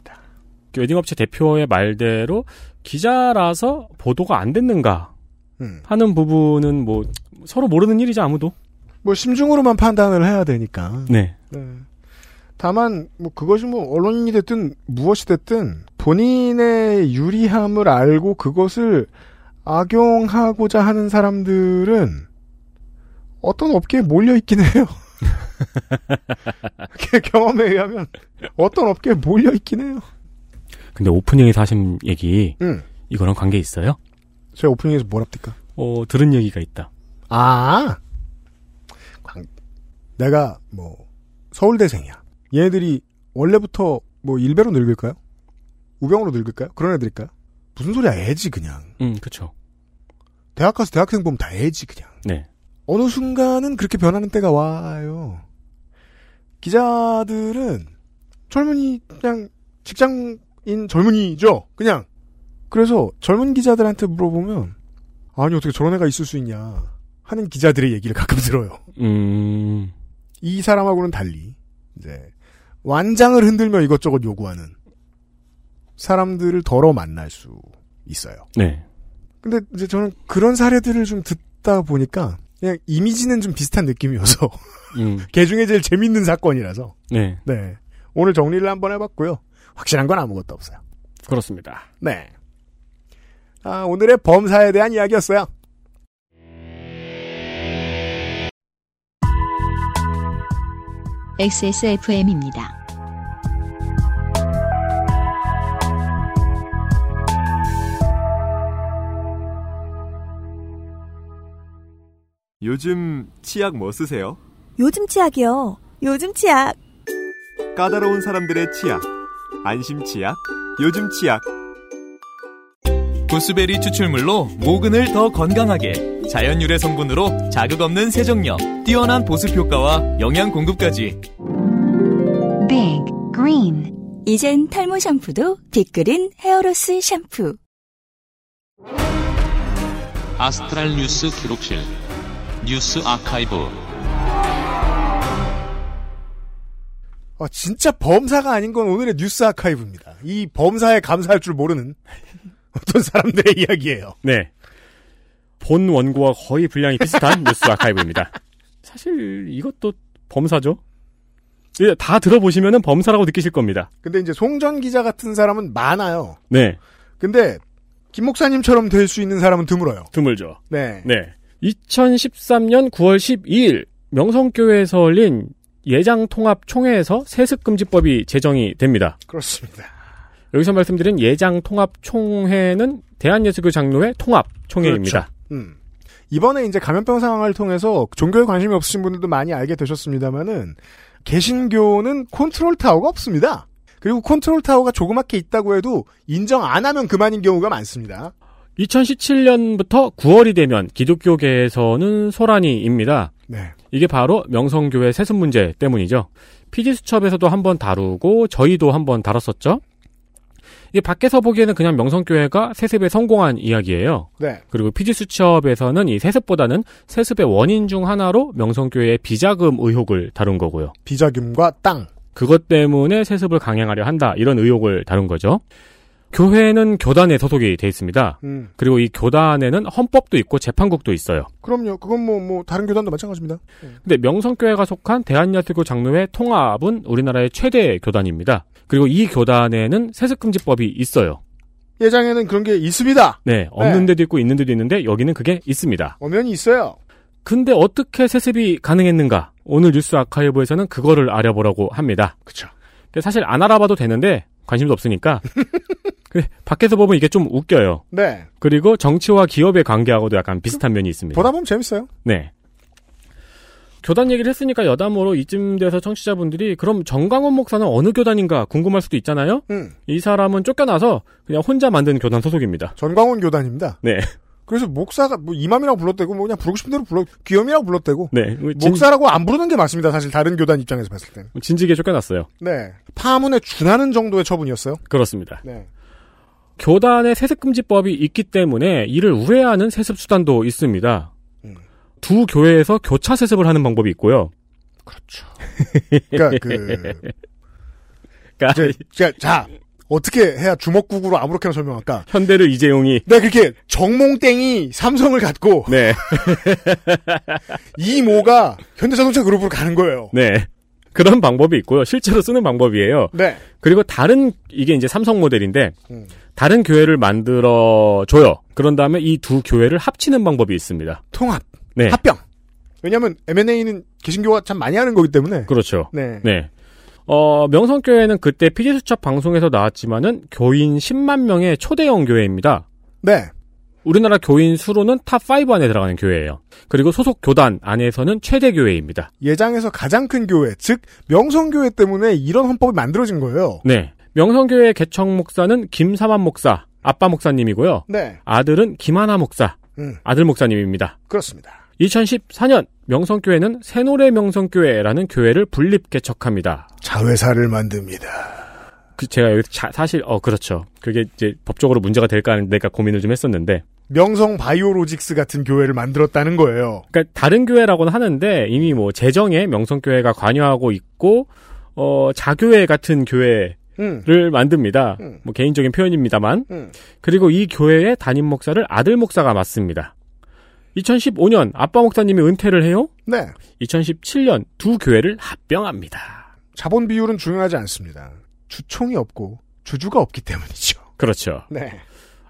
웨딩업체 대표의 말대로 기자라서 보도가 안 됐는가 음. 하는 부분은 뭐 서로 모르는 일이죠 아무도. 뭐 심중으로만 판단을 해야 되니까. 네. 네. 다만 뭐 그것이 뭐 언론인이 됐든 무엇이 됐든 본인의 유리함을 알고 그것을 악용하고자 하는 사람들은 어떤 업계에 몰려 있긴 해요. 그 경험에 의하면 어떤 업계에 몰려 있긴 해요. 근데 오프닝에서 하신 얘기 응. 이거랑 관계 있어요? 제가 오프닝에서 뭐랍니까? 어 들은 얘기가 있다. 아, 광- 내가 뭐 서울대생이야. 얘네들이 원래부터 뭐 일배로 늙을까요? 우병우로 늙을까요? 그런 애들일까요? 무슨 소리야 애지 그냥. 음 그렇죠. 대학 가서 대학생 보면 다 애지 그냥. 네. 어느 순간은 그렇게 변하는 때가 와요. 기자들은 젊은이 그냥 직장인 젊은이죠. 그냥 그래서 젊은 기자들한테 물어보면 아니 어떻게 저런 애가 있을 수 있냐 하는 기자들의 얘기를 가끔 들어요. 음 이 사람하고는 달리 이제 완장을 흔들며 이것저것 요구하는 사람들을 덜어 만날 수 있어요. 네. 근데 이제 저는 그런 사례들을 좀 듣다 보니까 그냥 이미지는 좀 비슷한 느낌이어서 음 개 중에 제일 재밌는 사건이라서 네. 네 오늘 정리를 한번 해봤고요. 확실한 건 아무것도 없어요. 그렇습니다. 네. 아, 오늘의 범사에 대한 이야기였어요. XSFM입니다. 요즘 치약 뭐 쓰세요? 요즘 치약이요. 요즘 치약. 까다로운 사람들의 치약. 안심 치약, 요즘 치약. 보스베리 추출물로 모근을 더 건강하게 자연 유래 성분으로 자극 없는 세정력 뛰어난 보습 효과와 영양 공급까지 Big Green. 이젠 탈모 샴푸도 빅그린 헤어로스 샴푸. 아스트랄 뉴스 기록실 뉴스 아카이브 아, 진짜 범사가 아닌 건 오늘의 뉴스 아카이브입니다. 이 범사에 감사할 줄 모르는 어떤 사람들의 이야기예요. 네. 본 원고와 거의 분량이 비슷한 뉴스 아카이브입니다. 사실 이것도 범사죠. 예, 다 들어보시면은 범사라고 느끼실 겁니다. 근데 이제 송전 기자 같은 사람은 많아요. 네. 근데 김 목사님처럼 될 수 있는 사람은 드물어요. 드물죠. 네. 네. 2013년 9월 12일 명성교회에서 열린 예장 통합 총회에서 세습 금지법이 제정이 됩니다. 그렇습니다. 여기서 말씀드린 예장 통합 총회는 대한예수교 장로회 통합 총회입니다. 음. 이번에 이제 감염병 상황을 통해서 종교에 관심이 없으신 분들도 많이 알게 되셨습니다만은 개신교는 컨트롤 타워가 없습니다. 그리고 컨트롤 타워가 조그맣게 있다고 해도 인정 안 하면 그만인 경우가 많습니다. 2017년부터 9월이 되면 기독교계에서는 소란이입니다. 네. 이게 바로 명성교회 세습 문제 때문이죠. PD수첩에서도 한번 다루고 저희도 한번 다뤘었죠. 이게 밖에서 보기에는 그냥 명성교회가 세습에 성공한 이야기예요. 네. 그리고 PD수첩에서는 이 세습보다는 세습의 원인 중 하나로 명성교회의 비자금 의혹을 다룬 거고요. 비자금과 땅. 그것 때문에 세습을 강행하려 한다 이런 의혹을 다룬 거죠. 교회는 교단에 소속이 돼 있습니다. 음. 그리고 이 교단에는 헌법도 있고 재판국도 있어요. 그럼요. 그건 뭐, 뭐, 다른 교단도 마찬가지입니다. 근데 명성교회가 속한 대한예수교 장로회 통합은 우리나라의 최대 교단입니다. 그리고 이 교단에는 세습금지법이 있어요. 예장에는 그런 게 있습니다. 네, 없는 데도 있고 있는 데도 있는데 여기는 그게 있습니다. 엄연히 있어요. 근데 어떻게 세습이 가능했는가? 오늘 뉴스 아카이브에서는 그거를 알아보라고 합니다. 그쵸. 근데 사실 안 알아봐도 되는데 관심도 없으니까. 근데 밖에서 보면 이게 좀 웃겨요. 네. 그리고 정치와 기업의 관계하고도 약간 비슷한 면이 있습니다. 보다 보면 재밌어요. 네. 교단 얘기를 했으니까 여담으로 이쯤 돼서 청취자분들이 그럼 정강원 목사는 어느 교단인가 궁금할 수도 있잖아요? 음. 이 사람은 쫓겨나서 그냥 혼자 만든 교단 소속입니다. 전광훈 교단입니다. 네. 그래서 목사가 뭐 이맘이라고 불렀대고 뭐 그냥 부르고 싶은 대로 불러 귀염이라고 불렀대고 네. 진- 목사라고 안 부르는 게 맞습니다. 사실 다른 교단 입장에서 봤을 땐. 진지게 쫓겨났어요. 네. 파문에 준하는 정도의 처분이었어요. 그렇습니다. 네. 교단의 세습금지법이 있기 때문에 이를 우회하는 세습 수단도 있습니다. 음. 두 교회에서 교차 세습을 하는 방법이 있고요. 그러니까 그 그러니까 이제 자, 자, 어떻게 해야 주먹국으로 아무렇게나 설명할까? 현대를 이재용이 네 그렇게 정몽땡이 삼성을 갖고 네. 이 모가 현대자동차 그룹으로 가는 거예요. 네. 그런 방법이 있고요. 실제로 쓰는 방법이에요. 네. 그리고 다른 이게 이제 삼성 모델인데 음. 다른 교회를 만들어 줘요. 그런 다음에 이 두 교회를 합치는 방법이 있습니다. 통합. 네. 합병. 왜냐하면 M&A는 개신교가 참 많이 하는 거기 때문에. 그렇죠. 네. 어, 명성교회는 그때 피지수첩 방송에서 나왔지만은 교인 10만 명의 초대형 교회입니다. 네. 우리나라 교인 수로는 탑5 안에 들어가는 교회예요. 그리고 소속 교단 안에서는 최대 교회입니다. 예장에서 가장 큰 교회, 즉 명성교회 때문에 이런 헌법이 만들어진 거예요. 네. 명성교회 개척 목사는 김사만 목사, 아빠 목사님이고요. 네. 아들은 김하나 목사, 음. 아들 목사님입니다. 그렇습니다. 2014년 명성교회는 새노래 명성교회라는 교회를 분립 개척합니다. 자회사를 만듭니다. 그 제가 여기 자- 사실 어 그렇죠. 그게 이제 법적으로 문제가 될까 안 될까 고민을 좀 했었는데. 명성 바이오로직스 같은 교회를 만들었다는 거예요. 그러니까 다른 교회라고는 하는데 이미 뭐 재정에 명성교회가 관여하고 있고 어 자교회 같은 교회를 음. 만듭니다. 뭐 개인적인 표현입니다만. 음. 그리고 이 교회의 담임 목사를 아들 목사가 맡습니다. 2015년 아빠 목사님이 은퇴를 해요. 네. 2017년 두 교회를 합병합니다. 자본 비율은 중요하지 않습니다. 주총이 없고 주주가 없기 때문이죠. 그렇죠. 네.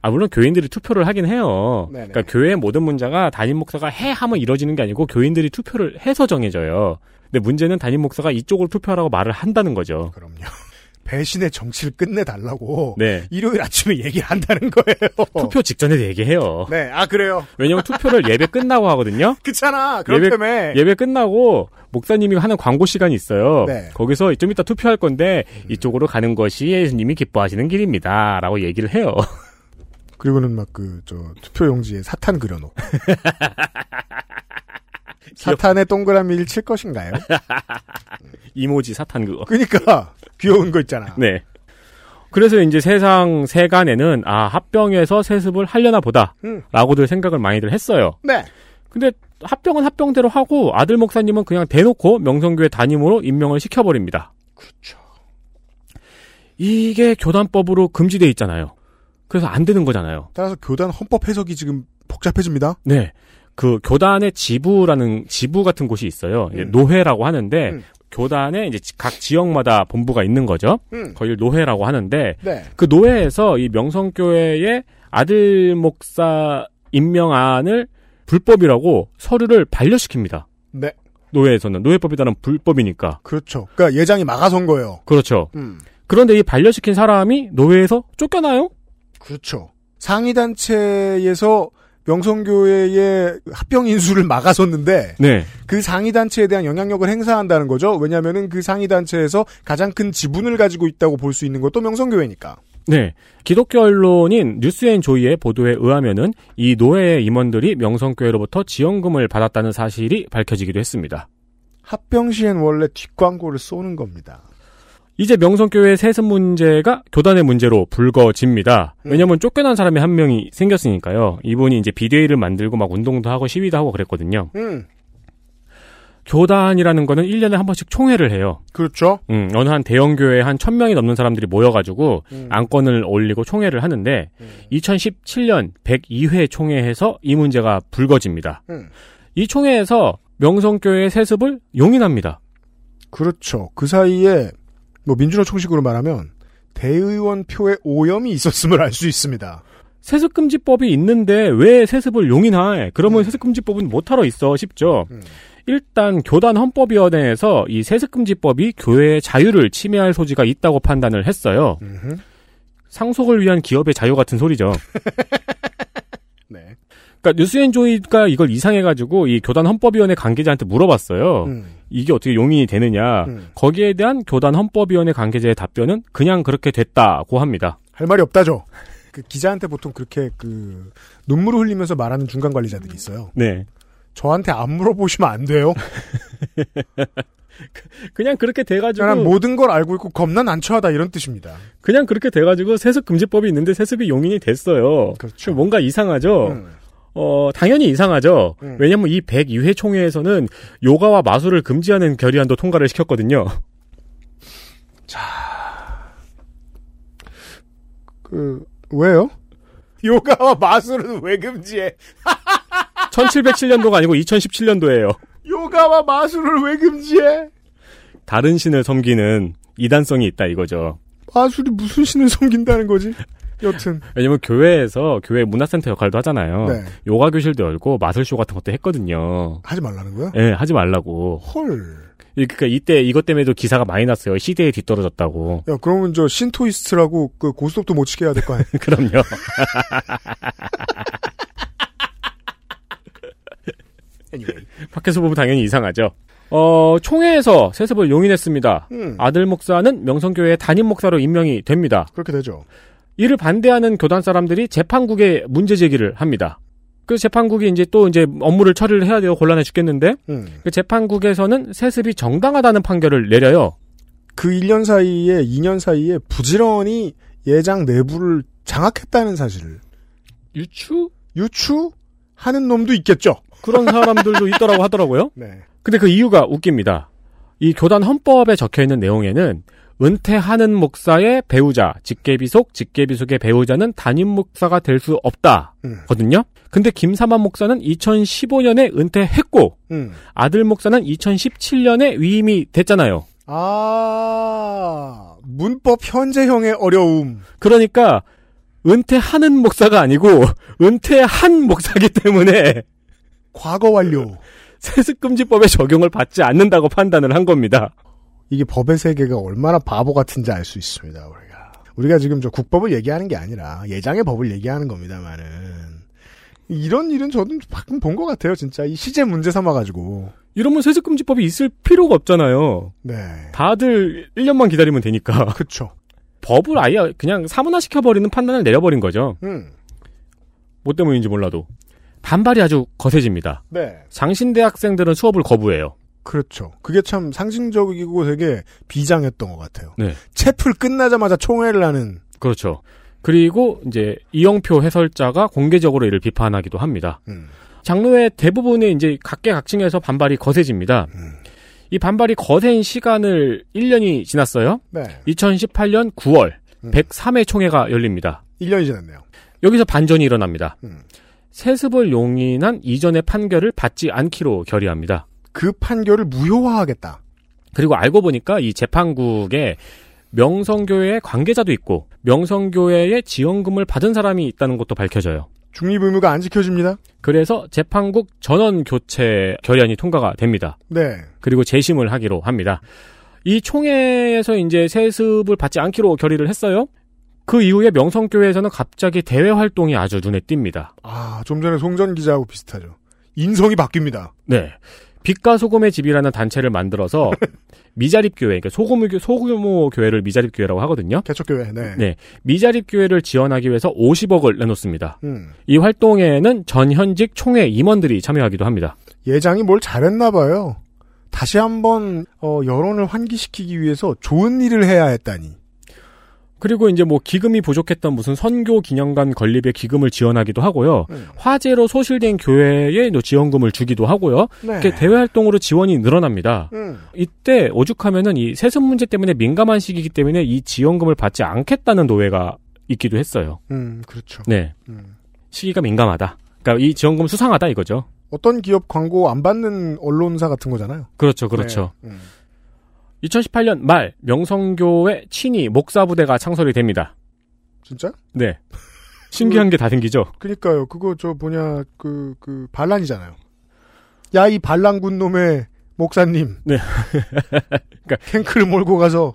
아, 물론 교인들이 투표를 하긴 해요. 네네. 그러니까 교회의 모든 문제가 담임 목사가 해 하면 이루어지는 게 아니고 교인들이 투표를 해서 정해져요. 근데 문제는 담임 목사가 이쪽으로 투표하라고 말을 한다는 거죠. 그럼요. 배신의 정치를 끝내달라고 네. 일요일 아침에 얘기를 한다는 거예요. 투표 직전에도 얘기해요. 어. 네. 아 그래요. 왜냐면 투표를 예배 끝나고 하거든요. 그렇잖아. 그렇다며 예배 끝나고 목사님이 하는 광고 시간이 있어요. 네. 음. 거기서 좀 이따 투표할 건데 이쪽으로 가는 것이 예수님이 기뻐하시는 길입니다라고 얘기를 해요. 그리고는 막 그 저 투표 용지에 사탄 그려놓고 사탄의 동그라미를 칠 것인가요? 이모지 사탄 그거. 그러니까 귀여운 거 있잖아. 네. 그래서 이제 세상 세간에는 아 합병해서 세습을 하려나 음. 보다라고들 생각을 많이들 했어요. 네. 근데 합병은 합병대로 하고 아들 목사님은 그냥 대놓고 명성교회 담임으로 임명을 시켜버립니다. 그렇죠. 이게 교단법으로 금지돼 있잖아요. 그래서 안 되는 거잖아요. 따라서 교단 헌법 해석이 지금 복잡해집니다. 네. 그 교단의 지부라는 지부 같은 곳이 있어요. 이제 노회라고 하는데 교단에 이제 각 지역마다 본부가 있는 거죠. 음. 거기를 노회라고 하는데 네. 그 노회에서 이 명성교회의 아들 목사 임명안을 불법이라고 서류를 반려시킵니다. 네. 노회에서는 노회법이라는 불법이니까. 그렇죠. 그러니까 예장이 막아선 거예요. 그렇죠. 음. 그런데 이 반려시킨 사람이 노회에서 쫓겨나요? 그렇죠. 상위 단체에서 명성교회의 합병 인수를 막아섰는데 네. 그 상위 단체에 대한 영향력을 행사한다는 거죠. 왜냐하면은 그 상위 단체에서 가장 큰 지분을 가지고 있다고 볼 수 있는 것도 명성교회니까. 네. 기독교 언론인 뉴스앤조이의 보도에 의하면은 이 노회의 임원들이 명성교회로부터 지원금을 받았다는 사실이 밝혀지기도 했습니다. 합병 시엔 원래 뒷광고를 쏘는 겁니다. 이제 명성교회 세습 문제가 교단의 문제로 불거집니다. 왜냐면 쫓겨난 사람이 한 명이 생겼으니까요. 이분이 이제 비대위를 만들고 막 운동도 하고 시위도 하고 그랬거든요. 음, 교단이라는 거는 1년에 한 번씩 총회를 해요. 그렇죠. 음, 어느 한 대형교회에 한 1000명이 넘는 사람들이 모여가지고 안건을 올리고 총회를 하는데 2017년 102회 총회에서 이 문제가 불거집니다. 음. 이 총회에서 명성교회의 세습을 용인합니다. 그렇죠. 그 사이에 뭐 민주노 총식으로 말하면 대의원 표에 오염이 있었음을 알 수 있습니다. 세습금지법이 있는데 왜 세습을 용인해? 그러면 음. 세습금지법은 못하러 있어 싶죠. 일단 교단 헌법위원회에서 이 세습금지법이 교회의 자유를 침해할 소지가 있다고 판단을 했어요. 음. 상속을 위한 기업의 자유 같은 소리죠. 네. 그러니까 뉴스앤조이가 이걸 이상해가지고 이 교단 헌법위원회 관계자한테 물어봤어요. 음. 이게 어떻게 용인이 되느냐. 음. 거기에 대한 교단 헌법위원회 관계자의 답변은 그냥 그렇게 됐다고 합니다. 할 말이 없다죠. 그 기자한테 보통 그렇게 그 눈물을 흘리면서 말하는 중간 관리자들이 있어요. 네. 저한테 안 물어보시면 안 돼요. 그냥 그렇게 돼가지고 저는 모든 걸 알고 있고 겁나 난처하다 이런 뜻입니다. 그냥 그렇게 돼가지고 세습 금지법이 있는데 세습이 용인이 됐어요. 그렇죠. 뭔가 이상하죠. 어 당연히 이상하죠. 음. 왜냐면 이 102회 총회에서는 요가와 마술을 금지하는 결의안도 통과를 시켰거든요. 그 왜요? 요가와 마술은 왜 금지해? 1707년도가 아니고 2017년도예요. 요가와 마술을 왜 금지해? 다른 신을 섬기는 이단성이 있다 이거죠. 마술이 무슨 신을 섬긴다는 거지? 여튼 왜냐면 교회에서 교회 문화센터 역할도 하잖아요. 네. 요가 교실도 열고 마술쇼 같은 것도 했거든요. 하지 말라는 거야? 예, 하지 말라고. 헐. 이- 그러니까 이때 이것 때문에도 기사가 많이 났어요. 시대에 뒤떨어졌다고. 야 그러면 저 신토이스트라고 그 고스톱도 못 치게 해야 될 거 아니야? 그럼요. 밖에서 보면 당연히 이상하죠. 어, 총회에서 세습을 용인했습니다. 음. 아들 목사는 명성교회의 담임 목사로 임명이 됩니다. 그렇게 되죠. 이를 반대하는 교단 사람들이 재판국에 문제 제기를 합니다. 그 재판국이 이제 또 이제 업무를 처리를 해야 돼요. 곤란해 죽겠는데. 음. 그 재판국에서는 세습이 정당하다는 판결을 내려요. 그 1년 사이에 2년 사이에 부지런히 예장 내부를 장악했다는 사실을 유추? 유추하는 놈도 있겠죠. 그런 사람들도 있더라고 하더라고요. 네. 근데 그 이유가 웃깁니다. 이 교단 헌법에 적혀 있는 내용에는 은퇴하는 목사의 배우자, 직계비속, 직계비속의 배우자는 담임 목사가 될 수 음. 없다거든요. 근데 김삼환 목사는 2015년에 은퇴했고 음. 아들 목사는 2017년에 위임이 됐잖아요. 아 문법 현재형의 어려움. 그러니까 은퇴하는 목사가 아니고 은퇴한 목사기 때문에 과거 완료. 세습금지법의 적용을 받지 않는다고 판단을 한 겁니다. 이게 법의 세계가 얼마나 바보 같은지 알 수 있습니다. 우리가 우리가 지금 저 국법을 얘기하는 게 아니라 예장의 법을 얘기하는 겁니다만은 이런 일은 저는 가끔 본 것 같아요. 진짜 이 시제 문제 삼아가지고. 이러면 세습금지법이 있을 필요가 없잖아요. 네. 다들 1년만 기다리면 되니까. 그쵸. 법을 아예 그냥 사문화 시켜버리는 판단을 내려버린 거죠. 음. 뭐 때문인지 몰라도. 반발이 아주 거세집니다. 네. 장신대학생들은 수업을 거부해요. 그렇죠. 그게 참 상징적이고 되게 비장했던 것 같아요. 네. 채플 끝나자마자 총회를 하는. 그렇죠. 그리고 이제 이영표 해설자가 공개적으로 이를 비판하기도 합니다. 음. 장로회 대부분의 이제 각계각층에서 반발이 거세집니다. 이 반발이 거세인 시간을 1년이 지났어요. 네. 2018년 9월 음. 103회 총회가 열립니다. 1년이 지났네요. 여기서 반전이 일어납니다. 음. 세습을 용인한 이전의 판결을 받지 않기로 결의합니다. 그 판결을 무효화하겠다. 그리고 알고 보니까 이 재판국에 명성교회의 관계자도 있고 명성교회의 지원금을 받은 사람이 있다는 것도 밝혀져요. 중립 의무가 안 지켜집니다. 그래서 재판국 전원 교체 결의안이 통과가 됩니다. 네. 그리고 재심을 하기로 합니다. 이 총회에서 이제 세습을 받지 않기로 결의를 했어요. 그 이후에 명성교회에서는 갑자기 대외 활동이 아주 눈에 띕니다. 아, 좀 전에 송전 기자하고 비슷하죠. 인성이 바뀝니다. 네. 빛과 소금의 집이라는 단체를 만들어서 미자립 교회, 그러니까 소규모, 교- 소규모 교회를 미자립 교회라고 하거든요. 개척교회, 네. 네. 미자립 교회를 지원하기 위해서 50억을 내놓습니다. 음. 이 활동에는 전현직 총회 임원들이 참여하기도 합니다. 예장이 뭘 잘했나 봐요. 다시 한번 어, 여론을 환기시키기 위해서 좋은 일을 해야 했다니. 그리고 이제 뭐 기금이 부족했던 무슨 선교 기념관 건립에 기금을 지원하기도 하고요. 음. 화재로 소실된 교회에 또 지원금을 주기도 하고요. 네. 이렇게 대외 활동으로 지원이 늘어납니다. 음. 이때 오죽하면은 이 세습 문제 때문에 민감한 시기이기 때문에 이 지원금을 받지 않겠다는 노예가 있기도 했어요. 음, 그렇죠. 네. 음. 시기가 민감하다. 그러니까 이 지원금 수상하다 이거죠. 어떤 기업 광고 안 받는 언론사 같은 거잖아요. 그렇죠. 그렇죠. 네. 음. 2018년 말 명성교회 친위 목사 부대가 창설이 됩니다. 진짜? 네. 신기한 게 다 생기죠. 그니까요. 그거 저 뭐냐 그 그 반란이잖아요. 야 이 반란군 놈의 목사님. 네. 탱크를 몰고 가서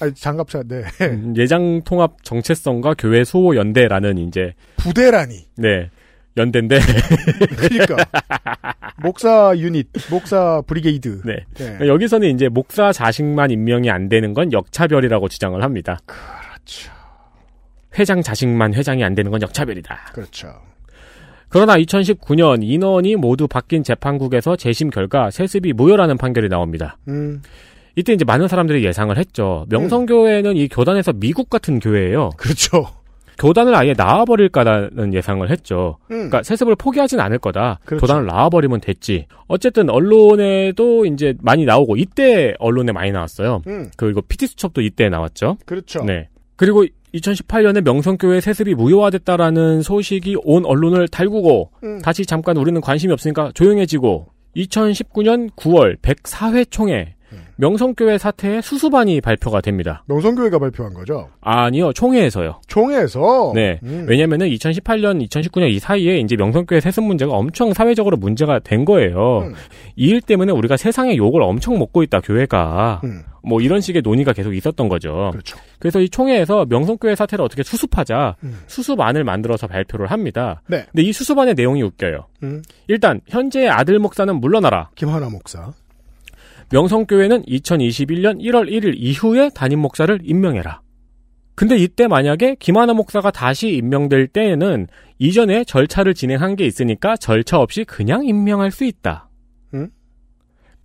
아니 장갑차 네 음, 예장 통합 정체성과 교회 수호 연대라는 이제 부대라니. 네. 연대인데 그니까 그러니까. 목사 유닛, 목사 브리게이드. 네. 네. 여기서는 이제 그렇죠. 목사 자식만 임명이 안 되는 건 역차별이라고 주장을 합니다. 회장 자식만 회장이 안 되는 건 역차별이다. 그렇죠. 그러나 2019년 인원이 모두 바뀐 재판국에서 재심 결과 세습이 무효라는 판결이 나옵니다. 음. 이때 이제 많은 사람들이 예상을 했죠. 명성교회는 이 교단에서 미국 같은 교회예요. 그렇죠. 교단을 아예 나와버릴까라는 예상을 했죠. 음. 그러니까 세습을 포기하진 않을 거다. 그렇죠. 교단을 나와버리면 됐지. 어쨌든 언론에도 이제 많이 나오고 이때 언론에 많이 나왔어요. 음. 그리고 PT 수첩도 이때 나왔죠. 그렇죠. 네. 그리고 2018년에 명성교회 세습이 무효화됐다라는 소식이 온 언론을 달구고 음. 다시 잠깐 우리는 관심이 없으니까 조용해지고 2019년 9월 104회 총회 음. 명성교회 사태의 수수반이 발표가 됩니다. 명성교회가 발표한 거죠. 아니요 총회에서요. 총회에서 네. 음. 왜냐면은 2018년, 2019년 이 사이에 이제 명성교회 세습 문제가 엄청 사회적으로 문제가 된 거예요. 음. 이 일 때문에 우리가 세상에 욕을 엄청 먹고 있다 교회가 음. 뭐 이런 식의 논의가 계속 있었던 거죠. 그렇죠. 그래서 이 총회에서 명성교회 사태를 어떻게 수습하자 음. 수습안을 만들어서 발표를 합니다. 네. 근데 이 수습안의 내용이 웃겨요. 음. 일단 현재의 아들 목사는 물러나라. 김하나 목사. 어. 명성교회는 2021년 1월 1일 이후에 담임 목사를 임명해라. 근데 이때 만약에 김하나 목사가 다시 임명될 때에는 이전에 절차를 진행한 게 있으니까 절차 없이 그냥 임명할 수 있다. 응?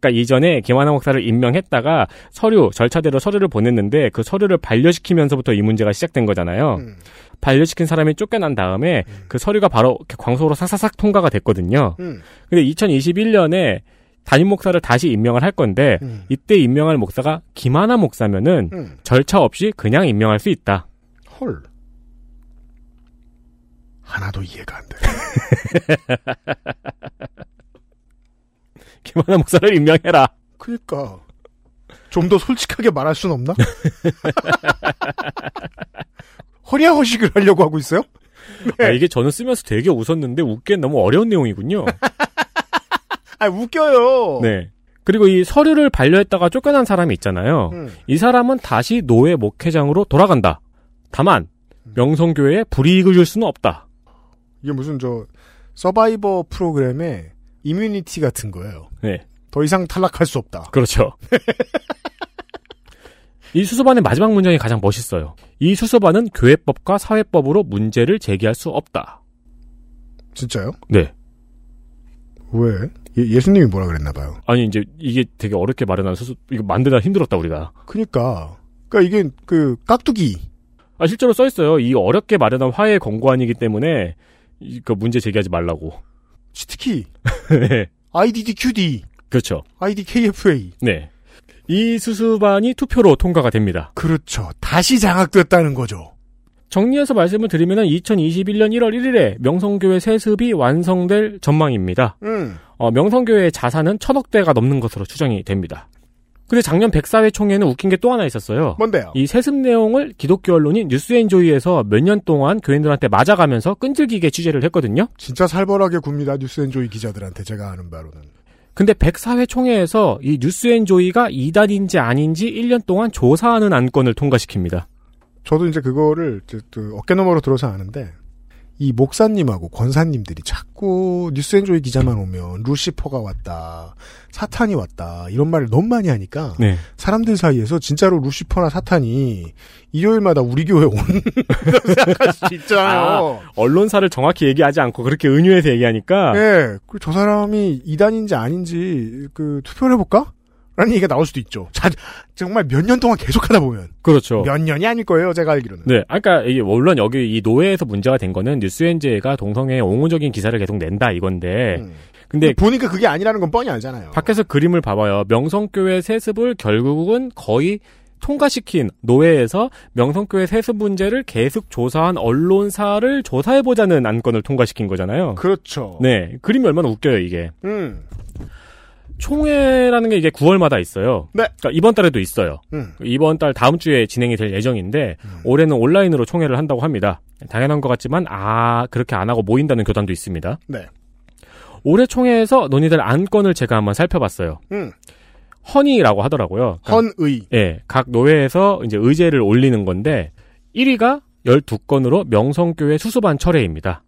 그러니까 이전에 김하나 목사를 임명했다가 서류 절차대로 서류를 보냈는데 그 서류를 반려시키면서부터 이 문제가 시작된 거잖아요. 음. 반려시킨 사람이 쫓겨난 다음에 그 서류가 바로 이렇게 광소로 싹싹싹 통과가 됐거든요. 음. 근데 2021년에 담임 목사를 다시 임명을 할 건데 음. 이때 임명할 목사가 김하나 목사면은 음. 절차 없이 그냥 임명할 수 있다. 헐. 하나도 이해가 안 돼. 김하나 목사를 임명해라. 그니까. 그러니까. 좀 더 솔직하게 말할 순 없나? 허리아허식을 하려고 하고 있어요? 네. 아, 이게 저는 쓰면서 되게 웃었는데 웃기엔 너무 어려운 내용이군요. 아, 웃겨요. 네. 그리고 이 서류를 반려했다가 쫓겨난 사람이 있잖아요. 음. 이 사람은 다시 노예 목회장으로 돌아간다. 다만 음. 명성교회에 불이익을 줄 수는 없다. 이게 무슨 저 서바이버 프로그램의 이뮤니티 같은 거예요. 네, 더 이상 탈락할 수 없다. 그렇죠. 이 수습안의 마지막 문장이 가장 멋있어요. 이 수습안은 교회법과 사회법으로 문제를 제기할 수 없다. 진짜요? 네. 왜? 예, 수님이 뭐라 그랬나 봐요. 아니 이제 이게 되게 어렵게 마련한 수습 이거 만들다 힘들었다 우리가. 그니까. 그러니까, 그니까 이게 그 깍두기. 아 실제로 써 있어요. 이 어렵게 마련한 화해 권고안이기 때문에 이그 문제 제기하지 말라고. 치트키. 네. IDDQD. 그렇죠. IDKFA. 네. 이 수습안이 투표로 통과가 됩니다. 그렇죠. 다시 장악됐다는 거죠. 정리해서 말씀을 드리면 2021년 1월 1일에 명성교회 세습이 완성될 전망입니다. 음. 어, 명성교회의 자산은 천억 대가 넘는 것으로 추정이 됩니다. 근데 작년 104회 총회는 웃긴 게 또 하나 있었어요. 뭔데요? 이 세습 내용을 기독교 언론인 뉴스엔조이에서 몇 년 동안 교인들한테 맞아가면서 끈질기게 취재를 했거든요. 진짜 살벌하게 굽니다. 뉴스엔조이 기자들한테 제가 아는 바로는. 근데 104회 총회에서 이 뉴스엔조이가 이단인지 아닌지 1년 동안 조사하는 안건을 통과시킵니다. 저도 이제 그거를 이제 또 어깨너머로 들어서 아는데 이 목사님하고 권사님들이 자꾸 뉴스엔조이 기자만 오면 루시퍼가 왔다, 사탄이 왔다 이런 말을 너무 많이 하니까 네. 사람들 사이에서 진짜로 루시퍼나 사탄이 일요일마다 우리 교회 온다고 생각할 수 있잖아요. 언론사를 정확히 얘기하지 않고 그렇게 은유해서 얘기하니까 예, 그리고 저 사람이 이단인지 아닌지 그 투표를 해볼까? 라는 얘기가 나올 수도 있죠. 자, 정말 몇 년 동안 계속하다 보면 그렇죠. 몇 년이 아닐 거예요. 제가 알기로는. 네, 아까 이게 물론 여기 이 노예에서 문제가 된 거는 뉴스엔제가 동성애에 옹호적인 기사를 계속 낸다 이건데, 음. 네. 근데 보니까 그게 아니라는 건 뻔히 알잖아요. 밖에서 그림을 봐봐요. 명성교회 세습을 결국은 거의 통과시킨 노예에서 명성교회 세습 문제를 계속 조사한 언론사를 조사해보자는 안건을 통과시킨 거잖아요. 그렇죠. 네, 그림이 얼마나 웃겨요 이게. 음, 총회라는 게 이게 9월마다 있어요. 네. 그러니까 이번 달에도 있어요. 음, 이번 달 다음 주에 진행이 될 예정인데 올해는 온라인으로 총회를 한다고 합니다. 당연한 것 같지만 아 그렇게 안 하고 모인다는 교단도 있습니다. 네. 올해 총회에서 논의될 안건을 제가 한번 살펴봤어요. 음. 허니라고 하더라고요. 아. 그러니까, 헌의. 예, 각 노회에서 이제 의제를 올리는 건데 1위가 12건으로 명성교회 수수반 철회입니다.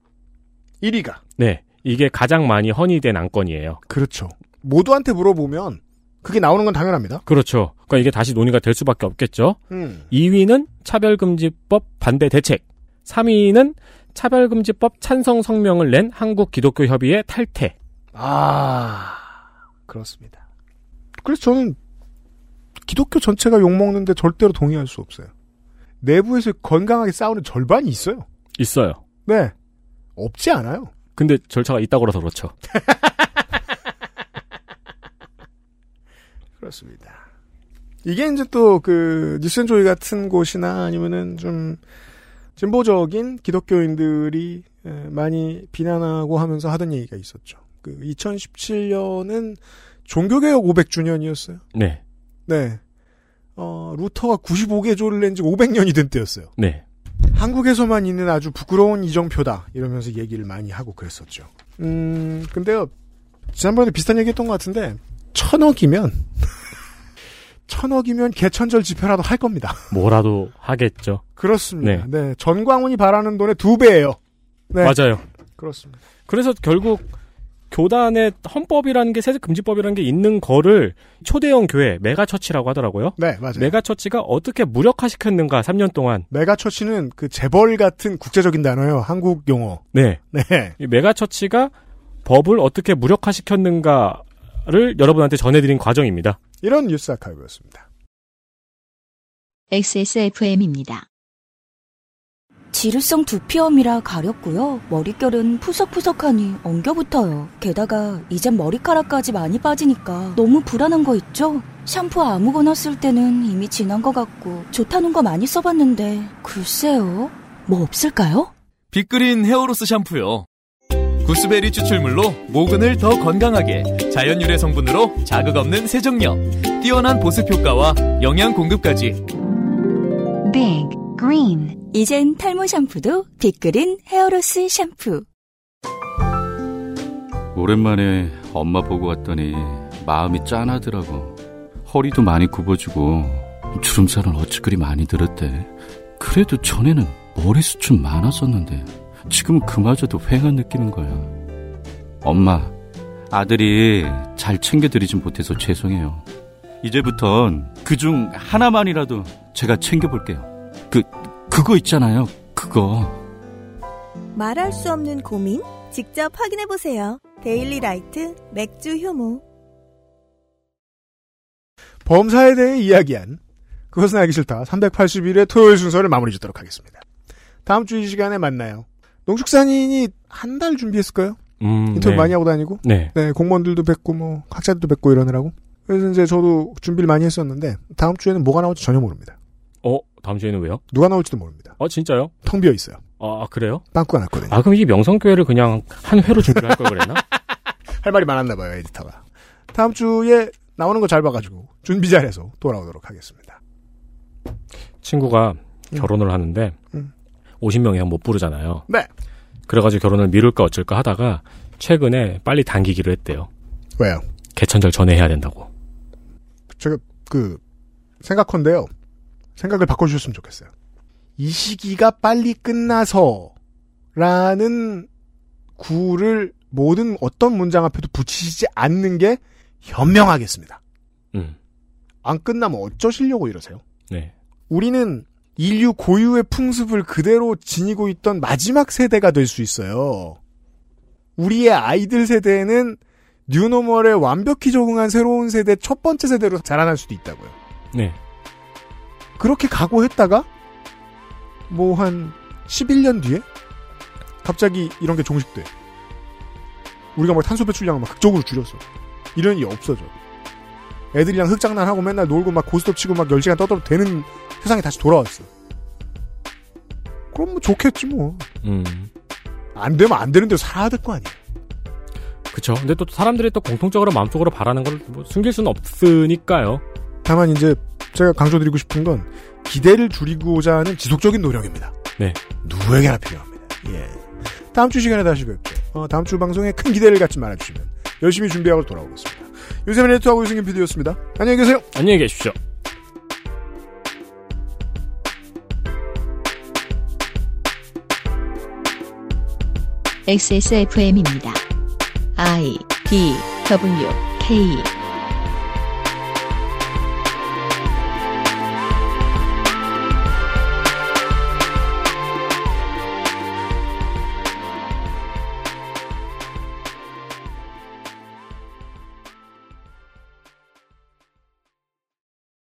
1위가. 네. 이게 가장 많이 허니된 안건이에요. 그렇죠. 모두한테 물어보면 그게 나오는 건 당연합니다. 그렇죠. 그러니까 이게 다시 논의가 될 수밖에 없겠죠. 음. 2위는 차별금지법 반대 대책. 3위는 차별금지법 찬성 성명을 낸 한국기독교협의회 탈퇴. 아, 그렇습니다. 그래서 저는 기독교 전체가 욕먹는데 절대로 동의할 수 없어요. 내부에서 건강하게 싸우는 절반이 있어요. 있어요. 네. 없지 않아요. 근데 절차가 있다고 라서 그렇죠. 그렇습니다. 이게 이제 또 그 뉴스앤조이 같은 곳이나 아니면은 좀 진보적인 기독교인들이 에, 많이 비난하고 하면서 하던 얘기가 있었죠. 그 2017년은 종교개혁 500주년이었어요. 네. 네. 어, 루터가 95개 조를 낸 지 500년이 된 때였어요. 네. 한국에서만 있는 아주 부끄러운 이정표다. 이러면서 얘기를 많이 하고 그랬었죠. 음, 근데요. 지난번에 비슷한 얘기 했던 것 같은데, 천억이면, 천억이면 개천절 집회라도 할 겁니다. 뭐라도 하겠죠. 그렇습니다. 네. 전광훈이 바라는 돈의 두 배예요. 네. 맞아요. 그렇습니다. 그래서 결국 교단의 헌법이라는 게 세습 금지법이라는 게 있는 거를 초대형 교회 메가처치라고 하더라고요. 네, 맞아요. 메가처치가 어떻게 무력화시켰는가 3년 동안. 메가처치는 그 재벌 같은 국제적인 단어예요. 한국 용어. 네. 네. 이 메가처치가 법을 어떻게 무력화시켰는가를 여러분한테 전해드린 과정입니다. 이런 뉴스 아카이브였습니다. XSFM입니다. 지루성 두피염이라 가렵고요. 머릿결은 푸석푸석하니 엉겨붙어요. 게다가 이젠 머리카락까지 많이 빠지니까 너무 불안한 거 있죠? 샴푸 아무거나 쓸 때는 이미 지난 것 같고 좋다는 거 많이 써봤는데 글쎄요. 뭐 없을까요? 빅그린 헤어로스 샴푸요. 구스베리 추출물로 모근을 더 건강하게 자연 유래 성분으로 자극 없는 세정력, 뛰어난 보습 효과와 영양 공급까지 Big Green. 이젠 탈모 샴푸도 빅그린 헤어로스 샴푸. 오랜만에 엄마 보고 왔더니 마음이 짠하더라고. 허리도 많이 굽어지고 주름살은 어찌 그리 많이 들었대. 그래도 전에는 머리숱은 많았었는데 지금은 그마저도 휑한 느낌인 거야. 엄마, 아들이 잘 챙겨드리진 못해서 죄송해요. 이제부턴 그중 하나만이라도 제가 챙겨볼게요. 그, 그거 있잖아요. 그거. 말할 수 없는 고민 직접 확인해 보세요. 데일리 라이트 맥주 효모. 범사에 대해 이야기한 그것은 알기 싫다. 381회 토요일 순서를 마무리 짓도록 하겠습니다. 다음 주 이 시간에 만나요. 농축산인이 한 달 준비했을까요? 음, 인터뷰 네. 많이 하고 다니고 네. 공무원들도 뵙고 뭐 학자들도 뵙고 이러느라고 그래서 이제 저도 준비를 많이 했었는데 다음 주에는 뭐가 나올지 전혀 모릅니다. 어, 다음 주에는 왜요? 누가 나올지도 모릅니다. 어, 진짜요? 텅 비어 있어요. 아, 그래요? 빵꾸가 났거든요. 아, 그럼 이게 명성교회를 그냥 한 회로 준비할 걸 그랬나? 할 말이 많았나 봐요 에디터가. 다음 주에 나오는 거 잘 봐가지고 준비 잘해서 돌아오도록 하겠습니다. 친구가 결혼을 하는데 음. 50명 이상 못 부르잖아요. 네. 그래가지고 결혼을 미룰까 어쩔까 하다가 최근에 빨리 당기기로 했대요. 왜요? 개천절 전에 해야 된다고. 제가 그 생각컨대요. 생각을 바꿔주셨으면 좋겠어요. 이 시기가 빨리 끝나서라는 구를 모든 어떤 문장 앞에도 붙이시지 않는 게 현명하겠습니다. 음. 안 끝나면 어쩌시려고 이러세요? 네. 우리는 인류 고유의 풍습을 그대로 지니고 있던 마지막 세대가 될 수 있어요. 우리의 아이들 세대는 뉴노멀에 완벽히 적응한 새로운 세대 첫 번째 세대로 자라날 수도 있다고요. 네. 그렇게 각오했다가 뭐 한 11년 뒤에 갑자기 이런 게 종식돼. 우리가 막 탄소 배출량을 막 극적으로 줄였어. 이런 일이 없어져. 애들이랑 흙장난하고 맨날 놀고 막 고스톱 치고 막 10시간 떠들어도 되는 세상이 다시 돌아왔어. 그럼 뭐 좋겠지 뭐. 음. 안 되면 안 되는 대로 살아야 될 거 아니야. 그쵸. 근데 또 사람들이 또 공통적으로 마음속으로 바라는 걸 뭐 숨길 수는 없으니까요. 다만 이제 제가 강조드리고 싶은 건 기대를 줄이고자 하는 지속적인 노력입니다. 네. 누구에게나 필요합니다. 예. 다음 주 시간에 다시 뵙죠. 어, 다음 주 방송에 큰 기대를 갖지 말아주시면 열심히 준비하고 돌아오겠습니다. 요새는 네트하고 유승균 PD였습니다. 안녕히 계세요. 안녕히 계십시오. XSFM입니다. I D W K